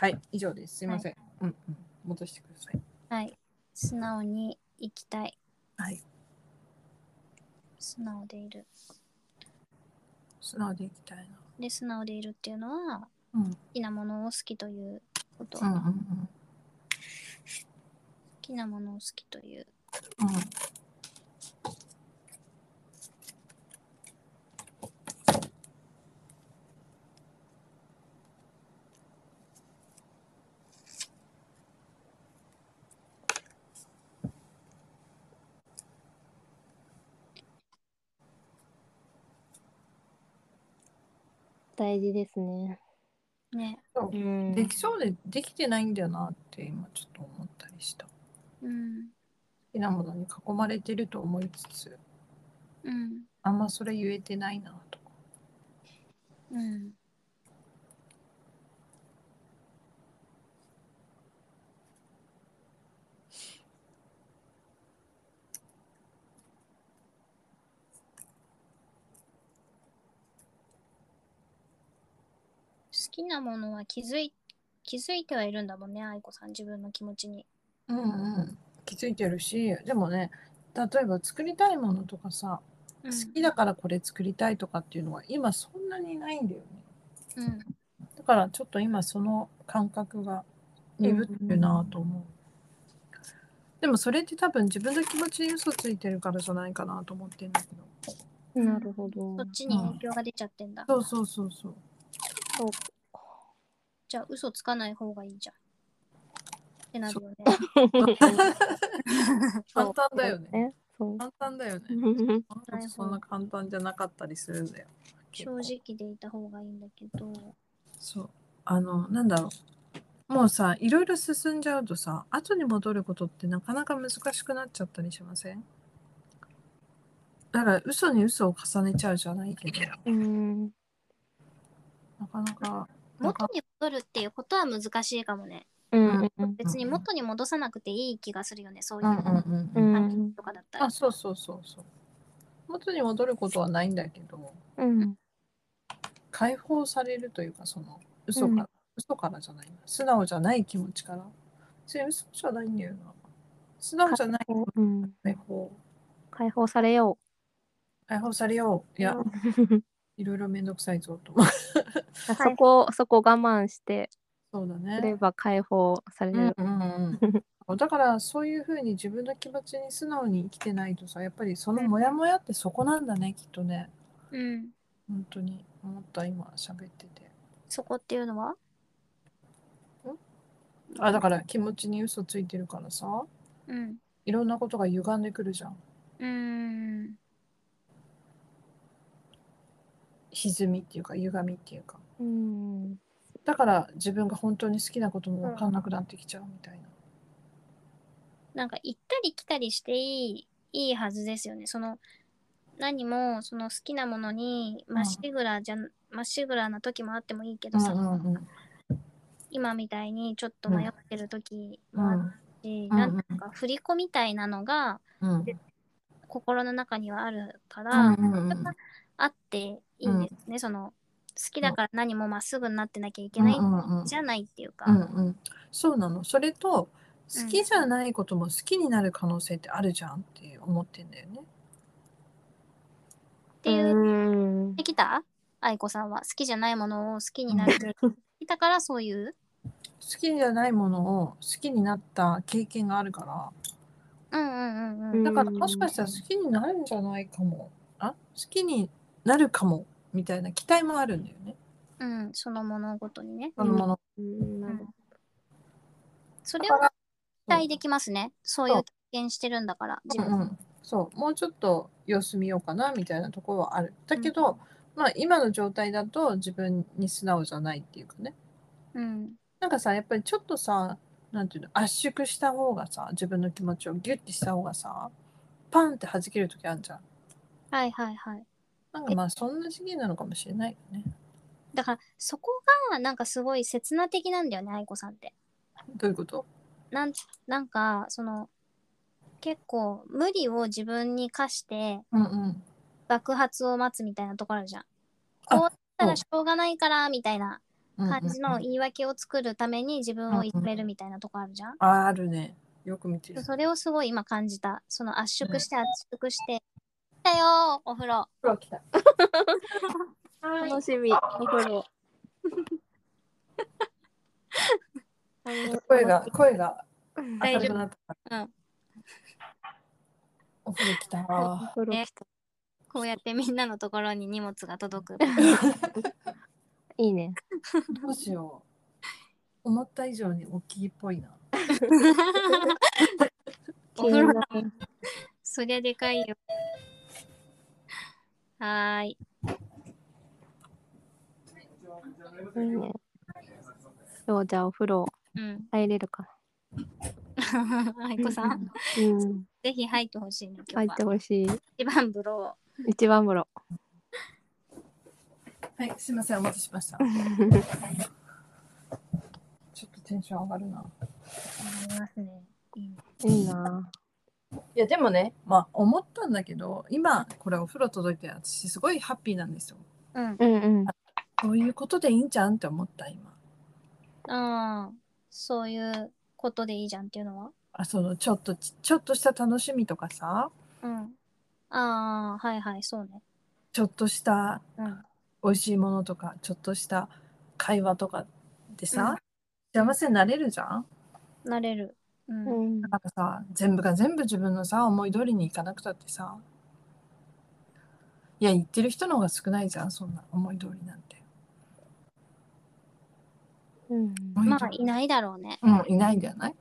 Speaker 3: はい以上ですすいません、うんうん戻してください
Speaker 2: はい。素直に行きたい。
Speaker 3: はい
Speaker 2: 素直でいる。
Speaker 3: 素直でいきたいな
Speaker 2: で、素直でいるっていうのは、
Speaker 3: うん
Speaker 2: 好きなものを好きということ。
Speaker 3: うんうん
Speaker 2: 好
Speaker 3: うん
Speaker 2: きなものを好きという。
Speaker 3: うん
Speaker 1: 大事ですね。
Speaker 2: ね。
Speaker 3: そう
Speaker 1: うん。
Speaker 3: できそうでできてないんだよなって今ちょっと思ったりした好
Speaker 2: うん。
Speaker 3: きなものに囲まれてると思いつつ
Speaker 2: うん。
Speaker 3: あんまそれ言えてないなとか
Speaker 2: うん。好きなものは気づい気づいてはいるんだもんね愛子さん自分の気持ちに。
Speaker 3: うんうん気づいてるしでもね例えば作りたいものとかさ、
Speaker 2: うん
Speaker 3: 好きだからこれ作りたいとかっていうのは今そんなにないんだよね
Speaker 2: うん
Speaker 3: だからちょっと今その感覚が鈍ってるなと思う、でもそれって多分自分の気持ちに嘘ついてるからじゃないかなと思ってんだけど
Speaker 1: なるほど
Speaker 2: そ。っちに影響が出ちゃってんだ。
Speaker 3: そうそうそうそう
Speaker 2: じゃあ嘘つかない方がいいじゃん。ってなるよね。
Speaker 3: 簡単だよ
Speaker 1: え
Speaker 3: ね
Speaker 1: そう。
Speaker 3: 簡単だよね
Speaker 1: うん
Speaker 3: そんな簡単じゃなかったりするんだよ
Speaker 2: 正直でいた方がいいんだけど。
Speaker 3: そうあのなんだろうもうさいろいろ進んじゃうとさ後に戻ることってなかなか難しくなっちゃったりしませんだから嘘に嘘を重ねちゃうじゃないけど
Speaker 1: うん。
Speaker 3: なかなかなん
Speaker 2: 元
Speaker 3: か
Speaker 2: に戻るっていうことは難しいかもね。
Speaker 1: うん。うん。
Speaker 2: 別に元に戻さなくていい気がするよね、そういううん
Speaker 3: うんう
Speaker 1: うん
Speaker 3: うん
Speaker 1: ん。
Speaker 2: 感じとかだったら
Speaker 3: あ。そうそうそうそう元に戻ることはないんだけど
Speaker 1: うん。
Speaker 3: 解放されるというかその嘘から、
Speaker 1: う
Speaker 3: 嘘からじゃないな素直じゃない気持ちからそれ嘘じゃないんだよな素直じゃない
Speaker 1: うん。
Speaker 3: 解放
Speaker 1: 解放されよ
Speaker 3: 解放されよういや
Speaker 1: う。
Speaker 3: いろいろめんどくさいぞと思う
Speaker 1: そこ、そこ我慢して
Speaker 3: そうだ
Speaker 1: す れ
Speaker 3: ね
Speaker 1: ば解放され
Speaker 3: うん
Speaker 1: る。
Speaker 3: うんうんだからそういうふうに自分の気持ちに素直に生きてないとさやっぱりそのモヤモヤってそこなんだねきっとね
Speaker 2: うん。
Speaker 3: 本当に思った今喋ってて
Speaker 2: そこっていうのは
Speaker 3: あだから気持ちに嘘ついてるからさ
Speaker 2: うん。
Speaker 3: いろんなことが歪んでくるじゃん
Speaker 2: うーん。
Speaker 3: 歪みっていうか歪みっていうか
Speaker 1: うん。
Speaker 3: だから自分が本当に好きなことも分かんなくなってきちゃうみたいな、
Speaker 2: なんか行ったり来たりしていい、いいはずですよね。その、何も、その好きなものに、まっしぐらじゃん、まっしぐらな時もあってもいいけどさ、
Speaker 3: うんうん
Speaker 2: 今みたいにちょっと迷ってる時もあるし、
Speaker 3: うん
Speaker 2: なんていうか、振り子みたいなのが
Speaker 3: うんうん
Speaker 2: 心の中にはあるから、
Speaker 3: うんうんうん
Speaker 2: あっていいんですね、その好きだから何もまっすぐになってなきゃいけない
Speaker 3: うんうんうん
Speaker 2: じゃないっていうか、
Speaker 3: うんうん、そうなのそれと好きじゃないことも好きになる可能性ってあるじゃんって思ってんだよね。
Speaker 2: っていう
Speaker 1: うん
Speaker 2: できた愛子さんは好きじゃないものを好きになる好きだからそういう。
Speaker 3: 好きじゃないものを好きになった経験があるから
Speaker 2: うんうんうんう。
Speaker 1: うん
Speaker 3: だからもしかしたら好きになるんじゃないかもあ好きになるかもみたいな期待もあるんだよね
Speaker 2: うん、その物事にね。
Speaker 3: そのもの
Speaker 1: うんなるほど
Speaker 2: そ
Speaker 3: だ
Speaker 2: れ
Speaker 3: か
Speaker 2: を
Speaker 3: ら
Speaker 2: 期待できますね。そうい
Speaker 3: そう
Speaker 2: う経験してるんだから。自
Speaker 3: う
Speaker 2: 分
Speaker 3: んうん、そうもうちょっと様子見ようかなみたいなところはあるだけど、まあ今の状態だと自分に素直じゃないっていうかね
Speaker 2: うん。
Speaker 3: なんかさやっぱりちょっとさなんていうの圧縮した方がさ自分の気持ちをギュッてした方がさパンって弾ける時あるじゃん
Speaker 2: はいはいはい。
Speaker 3: なんかまあそんな時期なのかもしれないよね
Speaker 2: だからそこがなんかすごい刹那的なんだよね、愛子さんって。
Speaker 3: どういうこと
Speaker 2: なんなんかその結構無理を自分に課して
Speaker 3: うんうん
Speaker 2: 爆発を待つみたいなところあるじゃん。
Speaker 3: あ
Speaker 2: こうした
Speaker 3: そう
Speaker 2: らしょうがないからみたいな
Speaker 3: うんうん
Speaker 2: 感じの言い訳を作るために自分をいじめるみたいなとこあるじゃん。
Speaker 3: ああるねよく見てる
Speaker 2: それをすごい今感じた。その圧縮して圧縮して。だよーお風呂。
Speaker 3: ほら来た
Speaker 1: 楽しみお風呂
Speaker 3: 声が声が
Speaker 2: 大
Speaker 3: 明
Speaker 2: 丈
Speaker 3: るく
Speaker 2: 夫
Speaker 3: なった、
Speaker 2: うん
Speaker 3: お風呂来た
Speaker 1: お風呂来た
Speaker 2: こうやってみんなのところに荷物が届く。
Speaker 1: いいね
Speaker 3: どうしよう。思った以上に大きいっぽいな。
Speaker 2: お風呂だそりゃでかいよ。はーい。
Speaker 1: いいね今日じゃあお風呂
Speaker 2: うん。
Speaker 1: 入れるか
Speaker 2: 愛子さん、
Speaker 1: なうん
Speaker 2: ぜひ入ってほしいね、今
Speaker 1: 入っ
Speaker 2: 日は
Speaker 1: て。ほしい
Speaker 2: 一番風呂。
Speaker 1: 一番風呂
Speaker 3: はい、すみません、お待たせしました。 ちょっとテンション上がるな。
Speaker 2: ありますね。いいね
Speaker 1: いいない
Speaker 3: や、でもね、まあ、思ったんだけど、今、これお風呂届いて、私すごいハッピーなんですよ。
Speaker 2: うん。
Speaker 1: うんうん
Speaker 3: そういうことでいいんじゃんって思った、今。
Speaker 2: ああ、そういうことでいいじゃんっていうのは。
Speaker 3: あ、その、ちょっと、ちちょっとした楽しみとかさ。
Speaker 2: うん。ああ、はいはい、そうね。
Speaker 3: ちょっとした
Speaker 2: うん。
Speaker 3: 美味しいものとか、ちょっとした会話とか。でさ。幸せになれるじゃん。
Speaker 2: なれる。うん。
Speaker 1: うん
Speaker 3: なんかさ全部が全部自分のさ思い通りにいかなくたってさいや言ってる人の方が少ないじゃんそんな思い通りなんて、
Speaker 1: うん
Speaker 3: 思い
Speaker 2: ま
Speaker 3: 通
Speaker 2: あ、
Speaker 3: り
Speaker 2: いないだろうね。
Speaker 3: うんいないんじゃない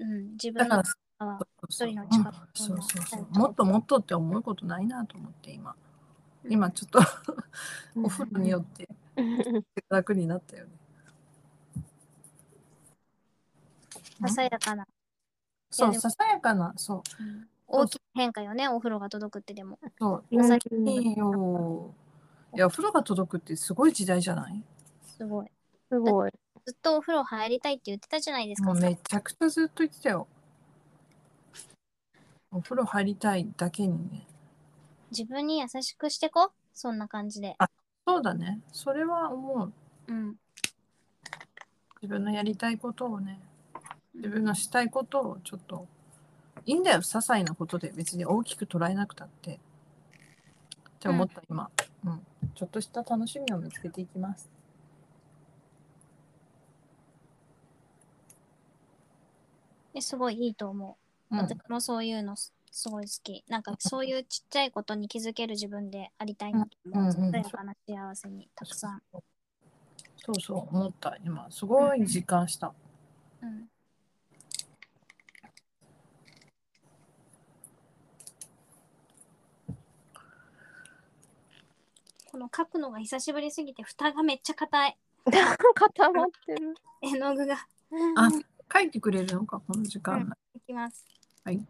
Speaker 2: うん。自
Speaker 3: だ
Speaker 2: 分
Speaker 3: か
Speaker 2: の
Speaker 3: ら
Speaker 2: 力は。
Speaker 3: そう
Speaker 2: 一人の力
Speaker 3: そううんそうそうそう
Speaker 2: うん
Speaker 3: もっともっとって思うことないなと思って今
Speaker 2: うん
Speaker 3: 今ちょっとお風呂によって楽になったよね
Speaker 2: ささやかな、いう
Speaker 3: そ
Speaker 2: やでも
Speaker 3: ささやかなそう
Speaker 2: うん大きな変化よね、お風呂が届くってでも。
Speaker 3: そう
Speaker 1: うん
Speaker 2: さっ
Speaker 3: いいよいやお風呂が届くってすごい時代じゃない
Speaker 2: すごい。
Speaker 1: すごい
Speaker 2: ずっとお風呂入りたいって言ってたじゃないです
Speaker 3: も
Speaker 2: か。
Speaker 3: うめちゃくちゃずっと言ってたよ。お風呂入りたいだけにね。
Speaker 2: 自分に優しくしてこそんな感じで。
Speaker 3: そうだね。それは思う。
Speaker 2: うん。
Speaker 3: 自分のやりたいことをね、自分のしたいことをちょっと、いいんだよ、些細なことで。別に大きく捉えなくたって。って思った、今。うん。ちょっとした楽しみを見つけていきます。
Speaker 2: えすごいいいと思
Speaker 3: う
Speaker 2: う。
Speaker 3: ん、
Speaker 2: 私もそういうのすすごい好き。なんかそういうちっちゃいことに気づける自分でありたいなと思う。
Speaker 3: うんうんうん
Speaker 2: 穏やかな幸せにたくさん。
Speaker 3: そうそう、思った、今。すごい実感した。
Speaker 2: うん。この書くのが久しぶりすぎて蓋がめっちゃ硬い。
Speaker 1: 固まって る
Speaker 2: 絵の具が。
Speaker 3: あ、書いてくれるのか、この時間。
Speaker 2: いきます。
Speaker 3: はい。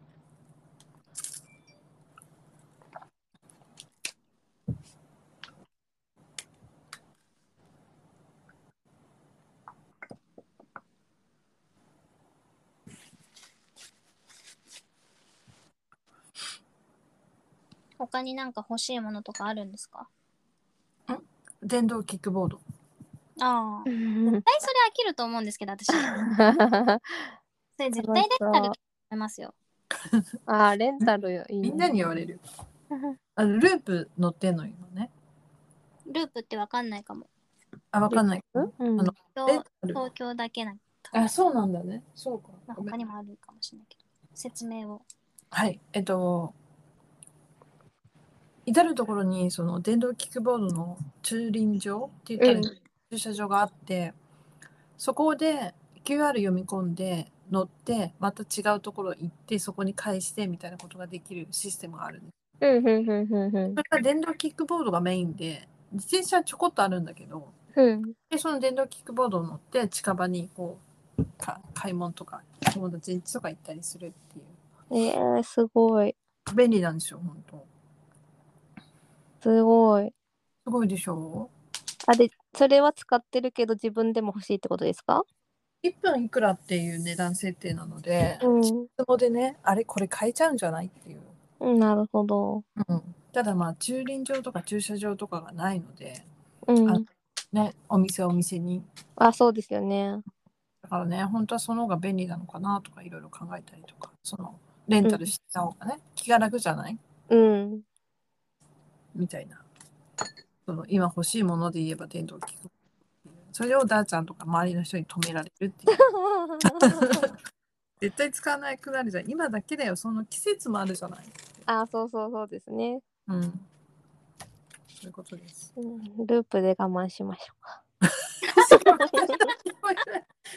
Speaker 2: 他になんか欲しいものとかあるんですか
Speaker 3: 電動キックボード。
Speaker 2: ああ。絶対それ飽きると思うんですけど、 私。それ絶対レンタルだと思いますよ。
Speaker 1: あーレンタルいいね
Speaker 3: みんなに言われるよ。あのループ乗ってんの今ね。
Speaker 2: ループってわかんないかも。
Speaker 3: あ、わかんない。
Speaker 1: うん
Speaker 3: あの
Speaker 2: と
Speaker 3: レンタル
Speaker 2: 東京だけだった
Speaker 3: あ、そうなんだね。そうか。
Speaker 2: まあ、
Speaker 3: ごめん
Speaker 2: 他にもあるかもしれないけど説明を
Speaker 3: はい、えっと、至る所にその電動キックボードの駐輪場って言ったらいいの、駐車場があって、そこで QR 読み込んで乗って、また違うところ行って、そこに返してみたいなことができるシステムがあるんです。
Speaker 1: うんうんうんうんうん
Speaker 3: それから電動キックボードがメインで、自転車はちょこっとあるんだけど、
Speaker 1: うん
Speaker 3: でその電動キックボードを乗って近場にこうか買い物とか友達ん家とか行ったりするっていう
Speaker 1: えー、すごい
Speaker 3: 便利なんですよ本当
Speaker 1: すごい
Speaker 3: すごいでしょ
Speaker 1: あれそれは使ってるけど自分でも欲しいってことですか
Speaker 3: 1分いくらっていう値段設定なので、
Speaker 1: う
Speaker 3: そこでねあれこれ買えちゃうんじゃないっていう、
Speaker 1: んなるほど
Speaker 3: ただまあ駐輪場とか駐車場とかがないので
Speaker 1: う
Speaker 3: あ
Speaker 1: ん
Speaker 3: ねお店お店に
Speaker 1: あそうですよね
Speaker 3: だからね本当はその方が便利なのかなとかいろいろ考えたりとかそのレンタルした方がね、気が楽じゃない
Speaker 1: うん
Speaker 3: みたいなその今欲しいもので言えば電動キックボードそれをダーちゃんとか周りの人に止められる っていう絶対使わなくなるじゃん今だけだよその季節もあるじゃない
Speaker 1: あそうそうそうですね、
Speaker 3: うんそういうことです
Speaker 1: うん、ループで我慢しましょうか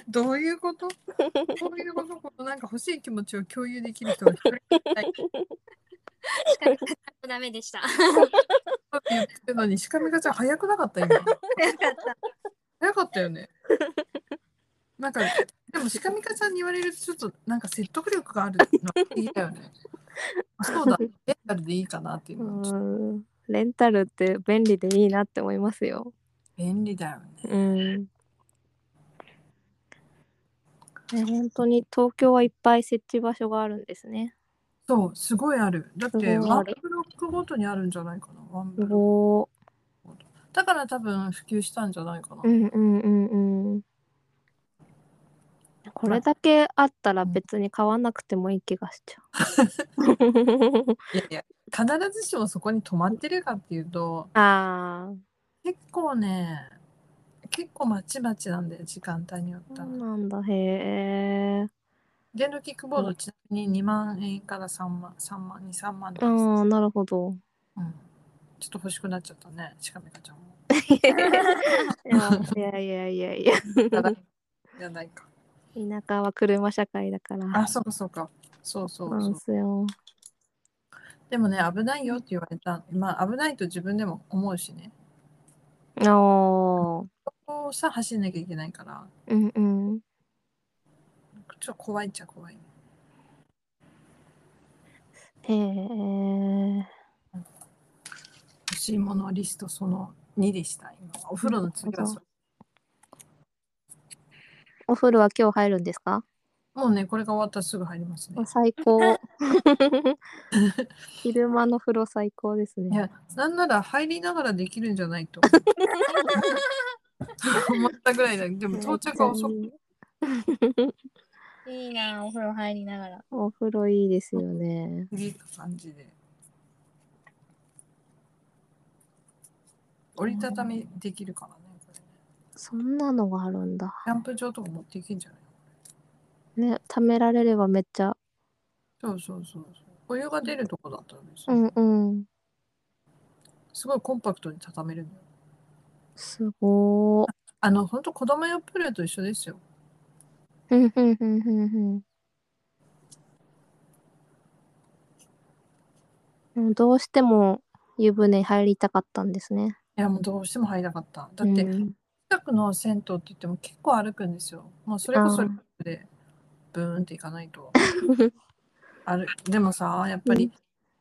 Speaker 3: どういうことこういうことこのなんか欲しい気持ちを共有できる人が一人もいない
Speaker 2: ダメでした
Speaker 3: って言ってるのに、しかみかちゃん早くなかった今。早かったよね。なんか、でもしかみかちゃんに言われると、ちょっとなんか説得力があるのがいいだよね。そうだ、レンタルでいいかなっていう
Speaker 1: う
Speaker 3: のは、
Speaker 1: んレンタルって便利でいいなって思いますよ
Speaker 3: 便利だよね。
Speaker 1: うんね本当に東京はいっぱい設置場所があるんですね
Speaker 3: そう、すごいある。だって、
Speaker 1: すごい
Speaker 3: ワ
Speaker 1: あ
Speaker 3: ン
Speaker 1: る
Speaker 3: ブロックごとにあるんじゃないかな。ワンブ
Speaker 1: す
Speaker 3: ロック
Speaker 1: ご
Speaker 3: だから多分普及したんじゃないかな。
Speaker 1: ーうんうんうんうんこれだけあったら別に買わなくてもいい気がしちゃう
Speaker 3: いやいや、必ずしもそこに泊まってるかっていうと、
Speaker 1: ああ
Speaker 3: 結構ね、結構まちまちなんだよ、時間帯によった
Speaker 1: そ
Speaker 3: ら。
Speaker 1: うなんだへえ
Speaker 3: 電動キックボードちなみに2万円から3万3万23万で
Speaker 1: あ
Speaker 3: す、うん、ちょ
Speaker 1: あなるほど
Speaker 3: っと欲しくなっちゃったねしかみかちゃんも
Speaker 1: いやいやいやいや
Speaker 3: いらないいらないか
Speaker 1: 田舎は車社会だから
Speaker 3: あそうかそうかそうそう
Speaker 1: な
Speaker 3: そ
Speaker 1: ん
Speaker 3: う
Speaker 1: ですよ
Speaker 3: でもね危ないよって言われたまあ危ないと自分でも思うしね
Speaker 1: おー
Speaker 3: こうさ走んなきゃいけないから
Speaker 1: うんうん
Speaker 3: ちょっと怖いっちゃ怖いね
Speaker 1: へえ
Speaker 3: 欲しいものリストその2でした今お風呂の次はそれ
Speaker 1: お風呂は今日入るんです か
Speaker 3: もうねこれが終わったらすぐ入りますね
Speaker 1: 最 高昼間の風呂最高です
Speaker 3: い
Speaker 1: ね
Speaker 3: や、なんなら入りながらできるんじゃないと思ったぐらいだ。でも到着は遅く。
Speaker 2: いいなお風呂入りながら
Speaker 1: お風呂いいですよね
Speaker 3: 次行く感じで。折りたたみできるからね。これね
Speaker 1: そんなのがあるんだ
Speaker 3: キャンプ場とか持っていけんじゃない
Speaker 1: ね貯められればめっちゃ
Speaker 3: そうそうそうそう。お湯が出るとこだったら別
Speaker 1: うん
Speaker 3: に、
Speaker 1: うん
Speaker 3: すごいコンパクトに畳めるんだよ。
Speaker 1: すごー
Speaker 3: あの、ほんと子供用プールと一緒ですよ。
Speaker 1: ふんふんふんふんふんでもどうしても湯船入りたかったんですね。
Speaker 3: いや、もうどうしても入りたかった。だって、
Speaker 1: うん
Speaker 3: 近くの銭湯って言っても結構歩くんですよ。もうそれこそ
Speaker 1: あー
Speaker 3: リュックでブーンって行かない と。あるでもさやっぱり、
Speaker 1: うん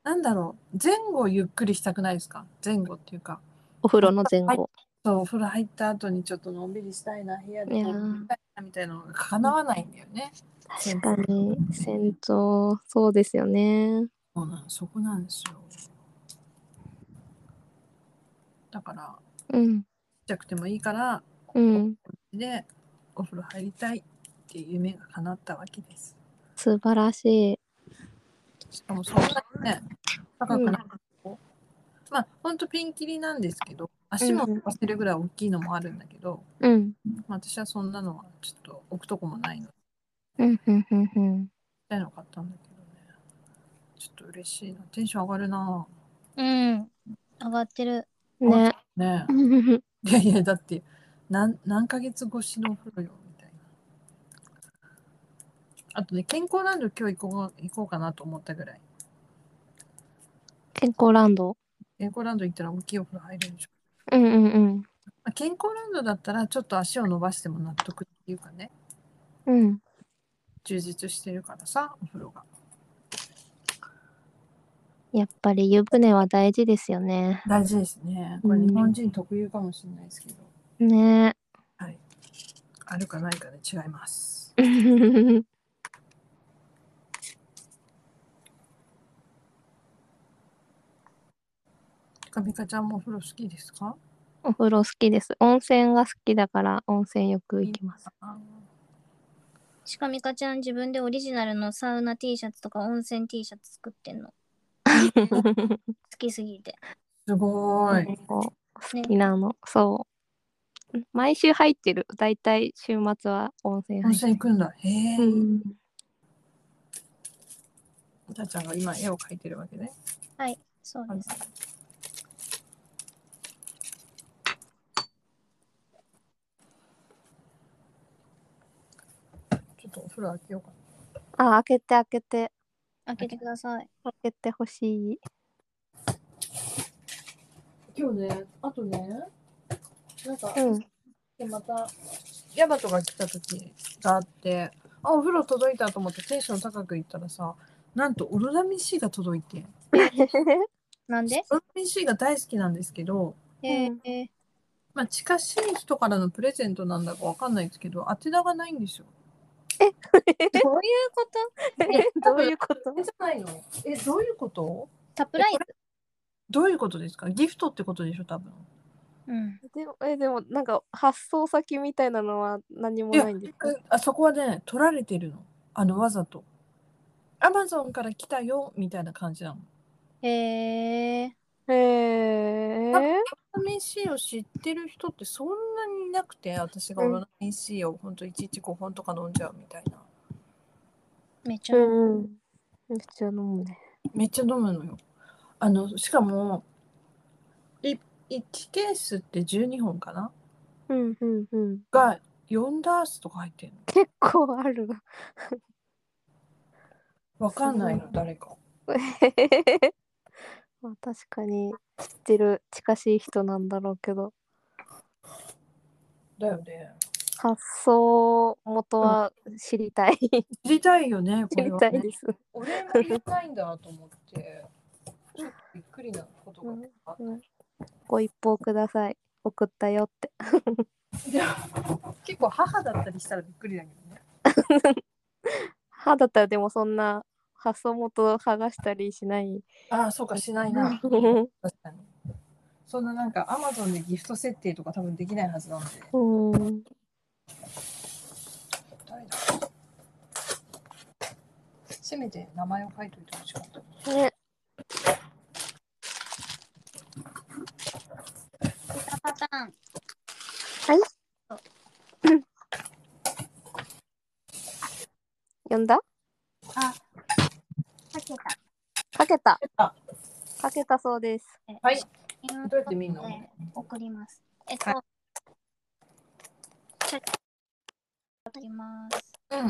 Speaker 3: なんだろう前後ゆっくりしたくないですか前後っていうか
Speaker 1: お風呂の前後。
Speaker 3: そうお風呂入った後にちょっとのんびりしたいな部屋で
Speaker 1: いやー
Speaker 3: のんびりしたいなみたいなのがかなわないんだよね。
Speaker 1: 確かに銭湯そうですよね。
Speaker 3: そうなんそこなんですよ。だからち
Speaker 1: う
Speaker 3: っ
Speaker 1: ん
Speaker 3: ちゃくてもいいから
Speaker 1: うん
Speaker 3: でお風呂入りたいっていう夢が叶ったわけです。
Speaker 1: 素晴らしい。
Speaker 3: しかもそんなにね、高くない、まあ、ほんとピンキリなんですけど、足も浮かせるぐらい大きいのもあるんだけど、
Speaker 1: うん。
Speaker 3: まあ私はそんなのはちょっと置くとこもないので
Speaker 1: うんうんうんうん。
Speaker 3: みたいなの買ったんだけどねちょっと嬉しいなテンション上がるな
Speaker 2: うん。上がってる。
Speaker 1: ね。
Speaker 3: ね
Speaker 1: うんうん
Speaker 3: いやいやだって何何ヶ月越しのお風呂よみたいなあとね健康ランド今日行こう行こうかなと思ったぐらい
Speaker 1: 健康ランド。
Speaker 3: 健康ランド行ったら大きいお風呂入れるでしょ
Speaker 1: うんうんうん。
Speaker 3: まあ健康ランドだったらちょっと足を伸ばしても納得っていうかね
Speaker 1: うん。
Speaker 3: 充実してるからさお風呂が
Speaker 1: やっぱり湯船は大事ですよね。
Speaker 3: 大事ですね
Speaker 1: こ
Speaker 3: こ
Speaker 1: れ
Speaker 3: れ
Speaker 1: 日
Speaker 3: 日
Speaker 1: 本
Speaker 3: 本人特有かもしれないですけど、
Speaker 1: ね。
Speaker 3: はいあるかないかで違います
Speaker 1: うん
Speaker 3: かみかちゃんもお風呂好きですか
Speaker 1: お風呂好きです。温泉が好きだから温泉よく行きます。
Speaker 3: あ
Speaker 2: しかみかちゃん自分でオリジナルのサウナ T シャツとか温泉 T シャツ作って んの。好きすぎて。
Speaker 3: すごーい、
Speaker 1: こう好きなの。そう。毎週入ってる。だいたい週末は温泉
Speaker 3: 温
Speaker 1: 入って
Speaker 3: 泉行くんだへえ、
Speaker 1: る。うん
Speaker 3: おたちゃんが今絵を描いてるわけね。
Speaker 2: はい、そうです。
Speaker 3: ちょっとお風呂開けようかな。
Speaker 1: あ、開けて開けて。
Speaker 2: 開けてください。
Speaker 1: 開けてほしい。
Speaker 3: 今日ね、あとね、なんか、
Speaker 1: うん。
Speaker 3: でまた、ヤマトが来た時があって、あ、お風呂届いたと思ってテンション高く行ったらさ、なんとオロナミン C が届いて、
Speaker 2: なんで
Speaker 3: オロナミン C が大好きなんですけど、
Speaker 2: え
Speaker 1: うん
Speaker 2: ー、
Speaker 3: まあ、近しい人からのプレゼントなんだかわかんないですけど、当て名がないんですよ。
Speaker 2: どういうこと
Speaker 1: どういうこと
Speaker 3: え、じゃないのえ、どういうこと
Speaker 2: サプライズ
Speaker 3: どういうことですかギフトってことでしょ、多分。
Speaker 2: うん。
Speaker 1: でもえでもなんか発送先みたいなのは何もないんですか
Speaker 3: うんあそこはね取られてるのあのわざとアマゾンから来たよみたいな感じなの
Speaker 2: へえー。
Speaker 1: へえ
Speaker 3: 多オロナミン C を知ってる人ってそんなにいなくて私がオロナミン C をほんと1日5本とか飲んじゃうみたいな
Speaker 2: めっちゃ、
Speaker 1: うんうんめっちゃ飲むね
Speaker 3: めっちゃ飲むのよあのしかも1ケースって12本かな
Speaker 1: うんうんうん
Speaker 3: が4ダースとか入ってる
Speaker 1: 結構ある
Speaker 3: のわかんない
Speaker 1: す
Speaker 3: の誰か
Speaker 1: まあ確かに知ってる近しい人なんだろうけど
Speaker 3: だよね
Speaker 1: 発送元は知りたい知
Speaker 3: 知りたいよねこれ
Speaker 1: り
Speaker 3: は
Speaker 1: た
Speaker 3: ね
Speaker 1: いです
Speaker 3: お礼も言えないんだと思って、ちょっとびっくりなことがあっ
Speaker 1: ご一報ください送ったよって
Speaker 3: た。でも結構母だったりしたらびっくりだけどね。
Speaker 1: 歯だったらでもそんな発送元剥がしたりし ない
Speaker 3: ああ、そうか、しないな。確かに。そんななんか、アマゾンでギフト設定とか多分できないはずなんで。
Speaker 1: うん
Speaker 3: 誰だせめて名前を書いといてほしかった。
Speaker 1: ね
Speaker 2: パパターン。
Speaker 1: 読んだ
Speaker 2: あ、かけた。
Speaker 1: かけた
Speaker 3: あ
Speaker 1: かけたそうです
Speaker 3: はい
Speaker 2: 今
Speaker 3: どうやって見んの
Speaker 2: 送ります。えっと、
Speaker 3: は
Speaker 2: ちょっと送ります。
Speaker 3: うん。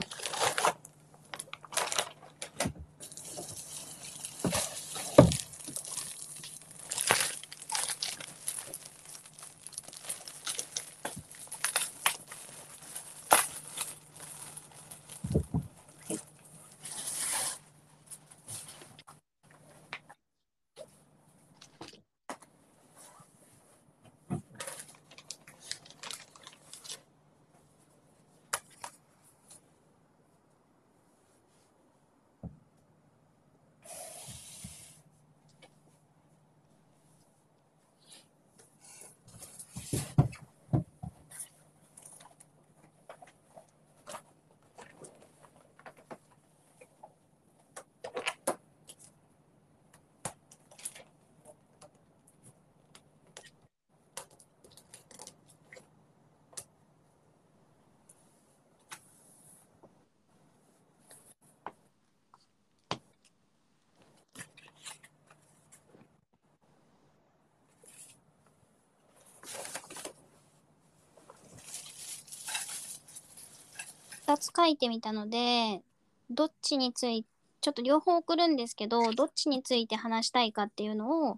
Speaker 2: 2つ書いてみたのでどっちについちょっと両方送るんですけどどっちについて話したいかっていうのを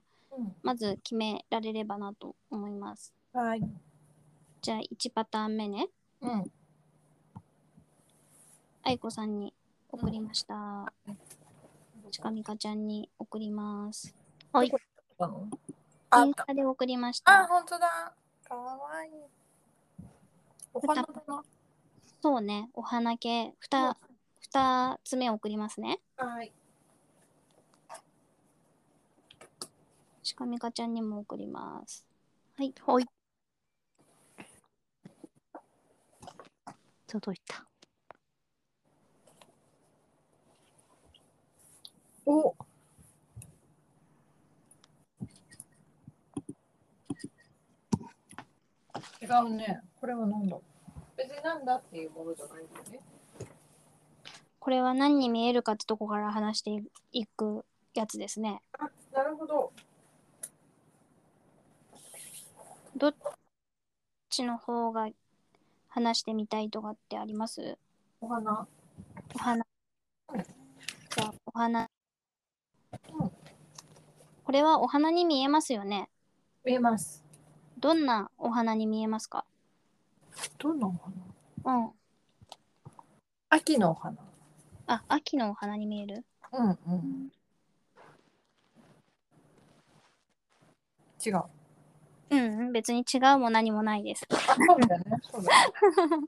Speaker 2: まず決められればなと思います。
Speaker 3: はい。
Speaker 2: じゃあ1パターン目ね
Speaker 3: うん。
Speaker 2: 愛子さんに送りました。ちかみかちゃんに送ります。はい。
Speaker 3: あのあ
Speaker 2: イ
Speaker 3: っ
Speaker 2: ンス
Speaker 3: た。
Speaker 2: タで送りまし
Speaker 3: あ、
Speaker 2: た。
Speaker 3: 本当だ。かわいい。お花だな。
Speaker 2: そうね、お花系
Speaker 3: うん
Speaker 2: 2、二つ目送りますね。
Speaker 3: はい。
Speaker 2: ちかみかちゃんにも送ります。
Speaker 1: ほい。届いた。
Speaker 3: お。違うね。これはなんだ。別になんだっていうものじゃないんだよね。
Speaker 2: これは何に見えるかってとこから話していくやつですね。
Speaker 3: あ、なるほど。
Speaker 2: どっちの方が話してみたいとかってあります
Speaker 3: お花。
Speaker 2: お花。じゃあ、お花
Speaker 3: うん。
Speaker 2: これはお花に見えますよね。
Speaker 3: 見えます。
Speaker 2: どんなお花に見えますか
Speaker 3: どんなお花。
Speaker 2: うん。
Speaker 3: 秋のお花。
Speaker 2: あ、秋のお花に見える
Speaker 3: うんうん。違う。
Speaker 2: うんうん、別に違うも何もないです。
Speaker 3: そうだね。そうだね。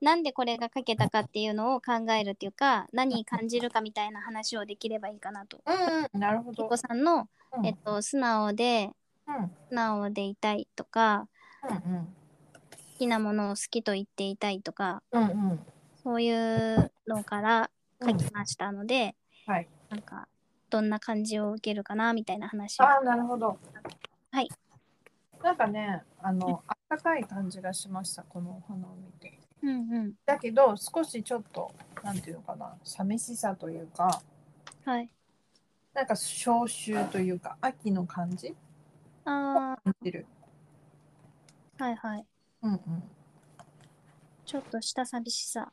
Speaker 2: なんでこれが書けたかっていうのを考えるっていうか、何感じるかみたいな話をできればいいかなと。
Speaker 3: うんうん。なるほ
Speaker 2: ゆ
Speaker 3: ど。
Speaker 2: こさんの、
Speaker 3: うん
Speaker 2: えっと、素直で、
Speaker 3: うんうん
Speaker 2: 素直でいたいとか、
Speaker 3: うん
Speaker 2: 好きなものを好きと言っていたいとか、
Speaker 3: うんうん。
Speaker 2: そういうのから書きましたので、
Speaker 3: うんはい
Speaker 2: なんか、どんな感じを受けるかなみたいな話を。
Speaker 3: ああ、なるほど。
Speaker 2: はい。
Speaker 3: なんかね、あの、あったかい感じがしました、このお花を見て。
Speaker 2: うんうん。
Speaker 3: だけど、少しちょっと、なんていうのかな、寂しさというか、
Speaker 2: はい。
Speaker 3: なんか消臭というか、秋の感じ
Speaker 2: あ
Speaker 3: 感じる。
Speaker 2: あ、はいはい。
Speaker 3: うんうん。
Speaker 2: ちょっとした寂しさ。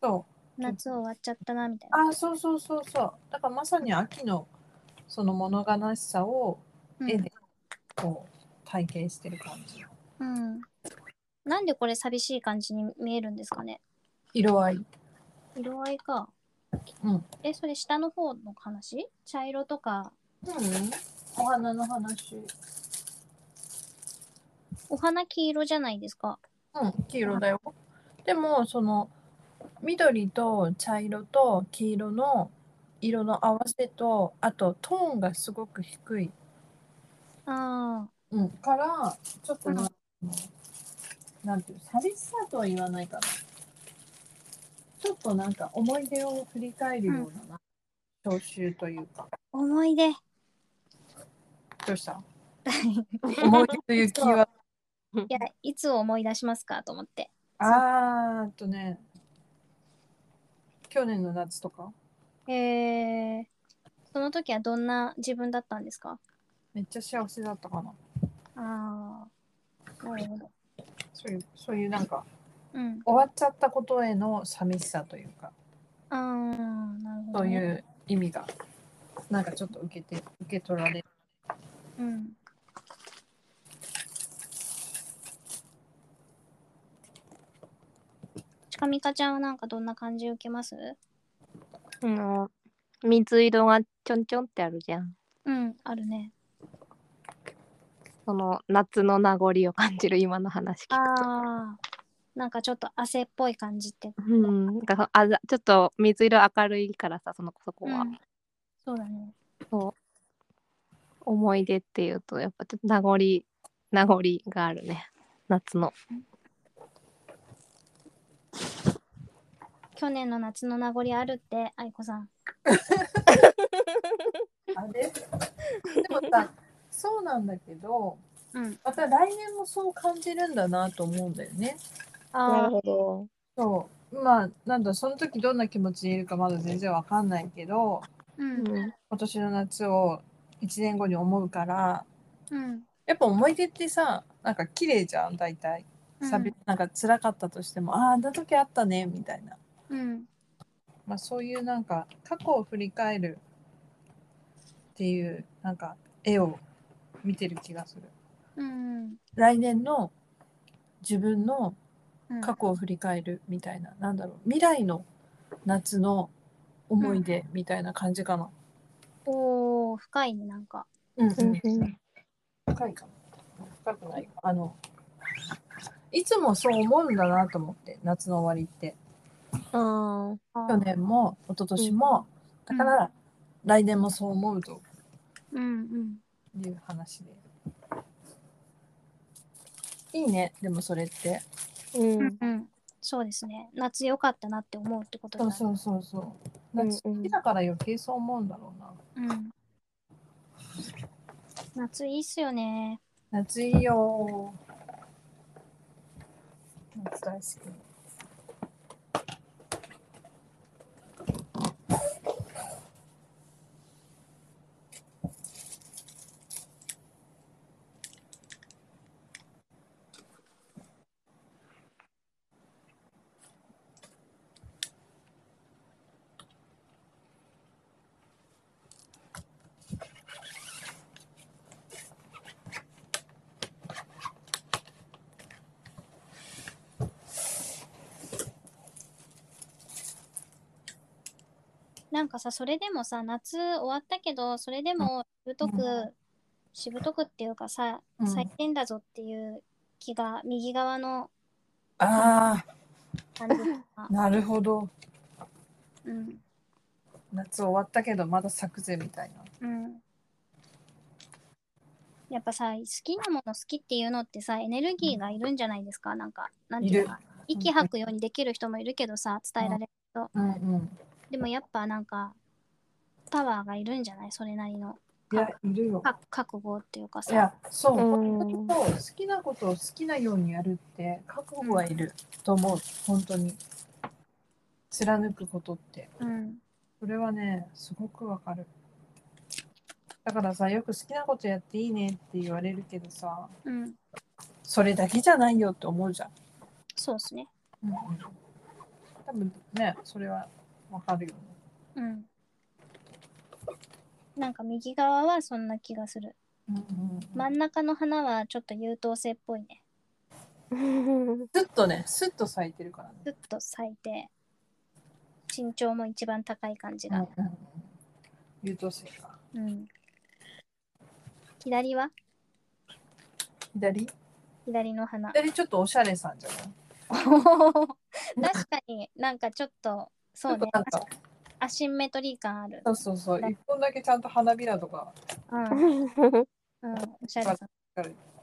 Speaker 3: そう。
Speaker 2: 夏終わっちゃったな、みたいな。
Speaker 3: ああ、そうそうそうそう。だからまさに秋の、その物悲しさを
Speaker 2: うん
Speaker 3: 絵で、こう、体験してる感じ。
Speaker 2: うん。なんでこれ寂しい感じに見えるんですかね
Speaker 3: 色合い。
Speaker 2: 色合いか。
Speaker 3: うん
Speaker 2: え、それ下の方の話茶色とか。
Speaker 3: うん。お花の話。
Speaker 2: お花黄色じゃないですか。
Speaker 3: うん、黄色だよ。でも、その、緑と茶色と黄色の色の合わせと、あとトーンがすごく低い。
Speaker 2: ああ。
Speaker 3: うん、から、ちょっとな、
Speaker 2: うん
Speaker 3: なんていう、寂しさとは言わないかな。ちょっとなんか思い出を振り返るようなな、消臭というか。
Speaker 2: 思い出。
Speaker 3: どうした思い出という気 は。
Speaker 2: いや、いつを思い出しますかと思って。
Speaker 3: あーっとね、去年の夏とか、
Speaker 2: えー、その時はどんな自分だったんですか
Speaker 3: めっちゃ幸せだったかな。
Speaker 2: ああ。なるほど。
Speaker 3: そういう、そういうなんか、
Speaker 2: うん。
Speaker 3: 終わっちゃったことへの寂しさというか、
Speaker 2: ああ、なるほ
Speaker 3: そ
Speaker 2: ど、
Speaker 3: うい
Speaker 2: ね。
Speaker 3: う意味が、なんかちょっと受けて、受け取られる。
Speaker 2: そういう。うん。ちかみかちゃんはなんかどんな感じ受けます
Speaker 1: あの、水色がちょんちょんってあるじゃん。
Speaker 2: うん、あるね。
Speaker 1: その夏の名残を感じる今の話聞くと。
Speaker 2: ああ。なんかちょっと汗っぽい感じって。
Speaker 1: うん、なんかあざちょっと水色明るいからさそのそこは、
Speaker 2: うんそうだね。
Speaker 1: 思い出っていうとやっぱちょっと名残名残があるね夏の
Speaker 2: 去年の夏の名残あるって、愛子さん。
Speaker 3: あれ でもさ、そうなんだけど、
Speaker 2: うん。
Speaker 3: また来年もそう感じるんだなと思うんだよね。
Speaker 2: ああ。
Speaker 1: ほど
Speaker 3: そう。まあ、なんだ、その時どんな気持ちでいるかまだ全然わかんないけど、
Speaker 2: うん。
Speaker 3: 今年の夏を1年後に思うから、
Speaker 2: うん。
Speaker 3: やっぱ思い出ってさ、なんか綺麗じゃん、大体。
Speaker 2: うん
Speaker 3: 寂なんか辛かったとしても、ああ、あの時あったね、みたいな。
Speaker 2: うん
Speaker 3: まあ、そういうなんか過去を振り返るっていうなんか絵を見てる気がする
Speaker 2: うん
Speaker 3: 来年の自分の
Speaker 2: うん
Speaker 3: 過去を振り返るみたいな、なんだろう未来の夏の思い出みたいな感じかな、
Speaker 2: おー深いねなんか
Speaker 3: うん
Speaker 1: うんうん
Speaker 3: 深いかも深くないかあのいつもそう思うんだなと思って夏の終わりって
Speaker 1: あ
Speaker 3: 去年も一昨年も、
Speaker 2: うん
Speaker 3: だから来年もそう思うと
Speaker 2: うんうん
Speaker 3: いう話でいいねでもそれって
Speaker 1: ーう
Speaker 2: うんんうんそうですね夏良かったなって思うってことだ
Speaker 3: そ
Speaker 2: ね
Speaker 3: うそうそうそう夏
Speaker 1: うんうん
Speaker 3: 好きだから余計そう思うんだろうな
Speaker 2: うん夏いいっすよね
Speaker 3: 夏いいよ夏大好き
Speaker 2: なんかさそれでもさ夏終わったけどそれでもしぶとく、
Speaker 3: う
Speaker 2: しぶとくっていうかさ
Speaker 3: うん
Speaker 2: 咲いてんだぞっていう気が右側の
Speaker 3: あ
Speaker 2: 感 じとか
Speaker 3: あなるほど
Speaker 2: うん
Speaker 3: 夏終わったけどまだ咲くぜみたいな
Speaker 2: うんやっぱさ好きなもの好きっていうのってさエネルギーがいるんじゃないですかなんかなんていうのか息吐くようにできる人もいるけどさ伝えられる
Speaker 3: うんうん
Speaker 2: でもやっぱなんかパワーがいるんじゃないそれなりの
Speaker 3: いやいるよ
Speaker 2: か覚悟っていうか
Speaker 3: い
Speaker 2: さ
Speaker 3: やそう、
Speaker 1: うん
Speaker 3: 本当にそう好きなことを好きなようにやるって覚悟はいると思う本当に貫くことって
Speaker 2: うん
Speaker 3: それはねすごくわかるだからさよく好きなことやっていいねって言われるけどさ
Speaker 2: うん
Speaker 3: それだけじゃないよって思うじゃん、
Speaker 2: そうですね
Speaker 3: うんうん、多分ねそれはわかるよね
Speaker 2: うんなんか右側はそんな気がする
Speaker 3: うんうんうん
Speaker 2: 真ん中の花はちょっと優等生っぽいね
Speaker 3: スッとねスッと咲いてるからね
Speaker 2: ずっと咲いて身長も一番高い感じが、
Speaker 3: うんうんうん優等生か
Speaker 2: うん左は
Speaker 3: 左
Speaker 2: 左の花
Speaker 3: 左ちょっとおしゃれさんじゃない
Speaker 2: 確かになんかちょっとそう
Speaker 3: ちょ
Speaker 2: ね
Speaker 3: っとなんか
Speaker 2: アシンメトリー感ある
Speaker 3: そうそうそう
Speaker 2: だ
Speaker 3: 一本だけちゃんと花びらとか
Speaker 2: うん、うん、おしゃれさん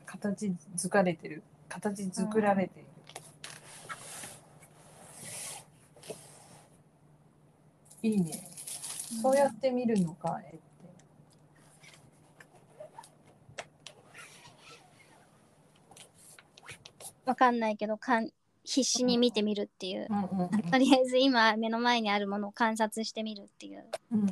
Speaker 3: 形づかれてる形作られている、いいねそうやって見るのか絵って
Speaker 2: わかんないけどかん必死に見てみるっていう、
Speaker 3: うんうんうん
Speaker 2: とりあえず今目の前にあるものを観察してみるっていう
Speaker 3: うんうん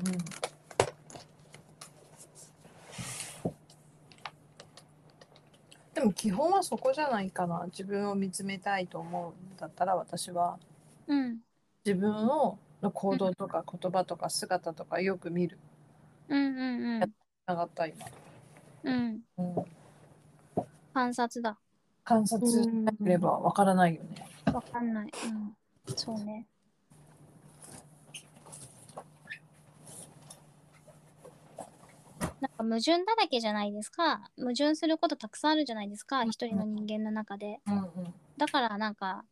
Speaker 3: でも基本はそこじゃないかな自分を見つめたいと思うんだったら私は
Speaker 2: うん
Speaker 3: 自分をの行動とか言葉とか姿とかよく見る
Speaker 2: うんうんうん
Speaker 3: なかった今、
Speaker 2: うん
Speaker 3: うん、
Speaker 2: 観察だ
Speaker 3: 観察しなければわからないよね、
Speaker 2: わかんない、うん、そうねなんか矛盾だらけじゃないですか矛盾することたくさんあるじゃないですか一人の人間の中で
Speaker 3: うん
Speaker 2: だからなんか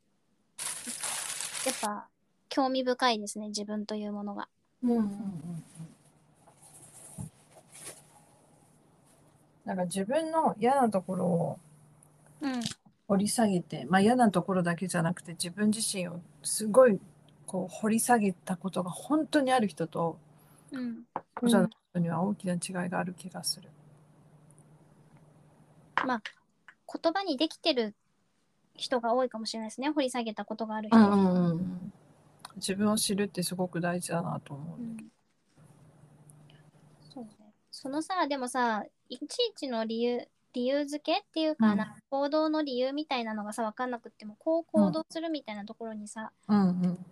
Speaker 2: やっぱ興味深いですね自分というものが
Speaker 3: うんうんうんうんなんか自分の嫌なところを
Speaker 2: うん
Speaker 3: 掘り下げて、まあ、嫌なところだけじゃなくて自分自身をすごいこう掘り下げたことが本当にある人と
Speaker 2: うん
Speaker 3: そうじゃない人には大きな違いがある気がする。
Speaker 2: 言葉にできてる人が多いかもしれないですね掘り下げたことがある
Speaker 3: う
Speaker 2: 人、
Speaker 3: んうんうん自分を知るってすごく大事だなと思う。
Speaker 2: うんそうねそのさでもさいちいちの理由理由付けっていうか,、
Speaker 3: うん
Speaker 2: なんか行動の理由みたいなのがさ分かんなくってもこう行動するみたいなところにさ、
Speaker 3: うんうん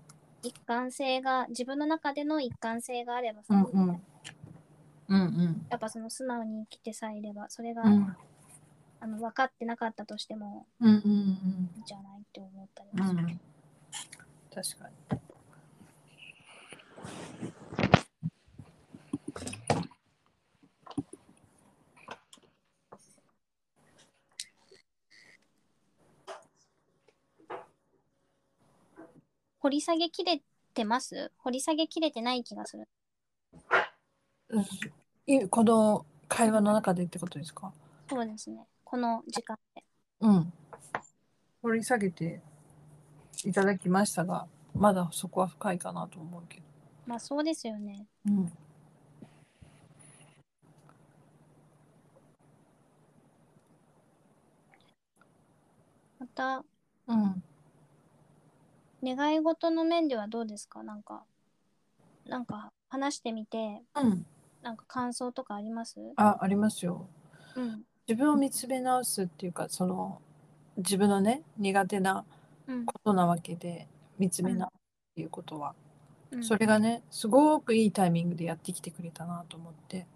Speaker 2: 一貫性が自分の中での一貫性があればさ、
Speaker 3: うんうん。うんうん。
Speaker 2: やっぱその素直に生きてさえいればそれが、
Speaker 3: うん
Speaker 2: あの分かってなかったとしても
Speaker 3: うんうん
Speaker 2: いいんじゃないって思ったり
Speaker 3: うん。
Speaker 2: も
Speaker 3: う
Speaker 2: する、
Speaker 3: ん。確かに。
Speaker 2: 掘り下げきれてます掘り下げきれてない気がする
Speaker 3: うんいこの会話の中でってことですか
Speaker 2: そうですねこの時間で
Speaker 3: うん。掘り下げていただきましたが、まだそこは深いかなと思うけど。
Speaker 2: まあそうですよね
Speaker 3: うん。
Speaker 2: また
Speaker 3: うん。
Speaker 2: 願い事の面ではどうですかなんかなんか話してみて
Speaker 3: うん。
Speaker 2: なんか感想とかあります
Speaker 3: あ、ありますよ。
Speaker 2: うん
Speaker 3: 自分を見つめ直すっていうか、その自分のね、苦手な
Speaker 2: うん
Speaker 3: ことなわけで、見つめ直すっていうことは、
Speaker 2: うん
Speaker 3: それがね、すごくいいタイミングでやってきてくれたなと思って。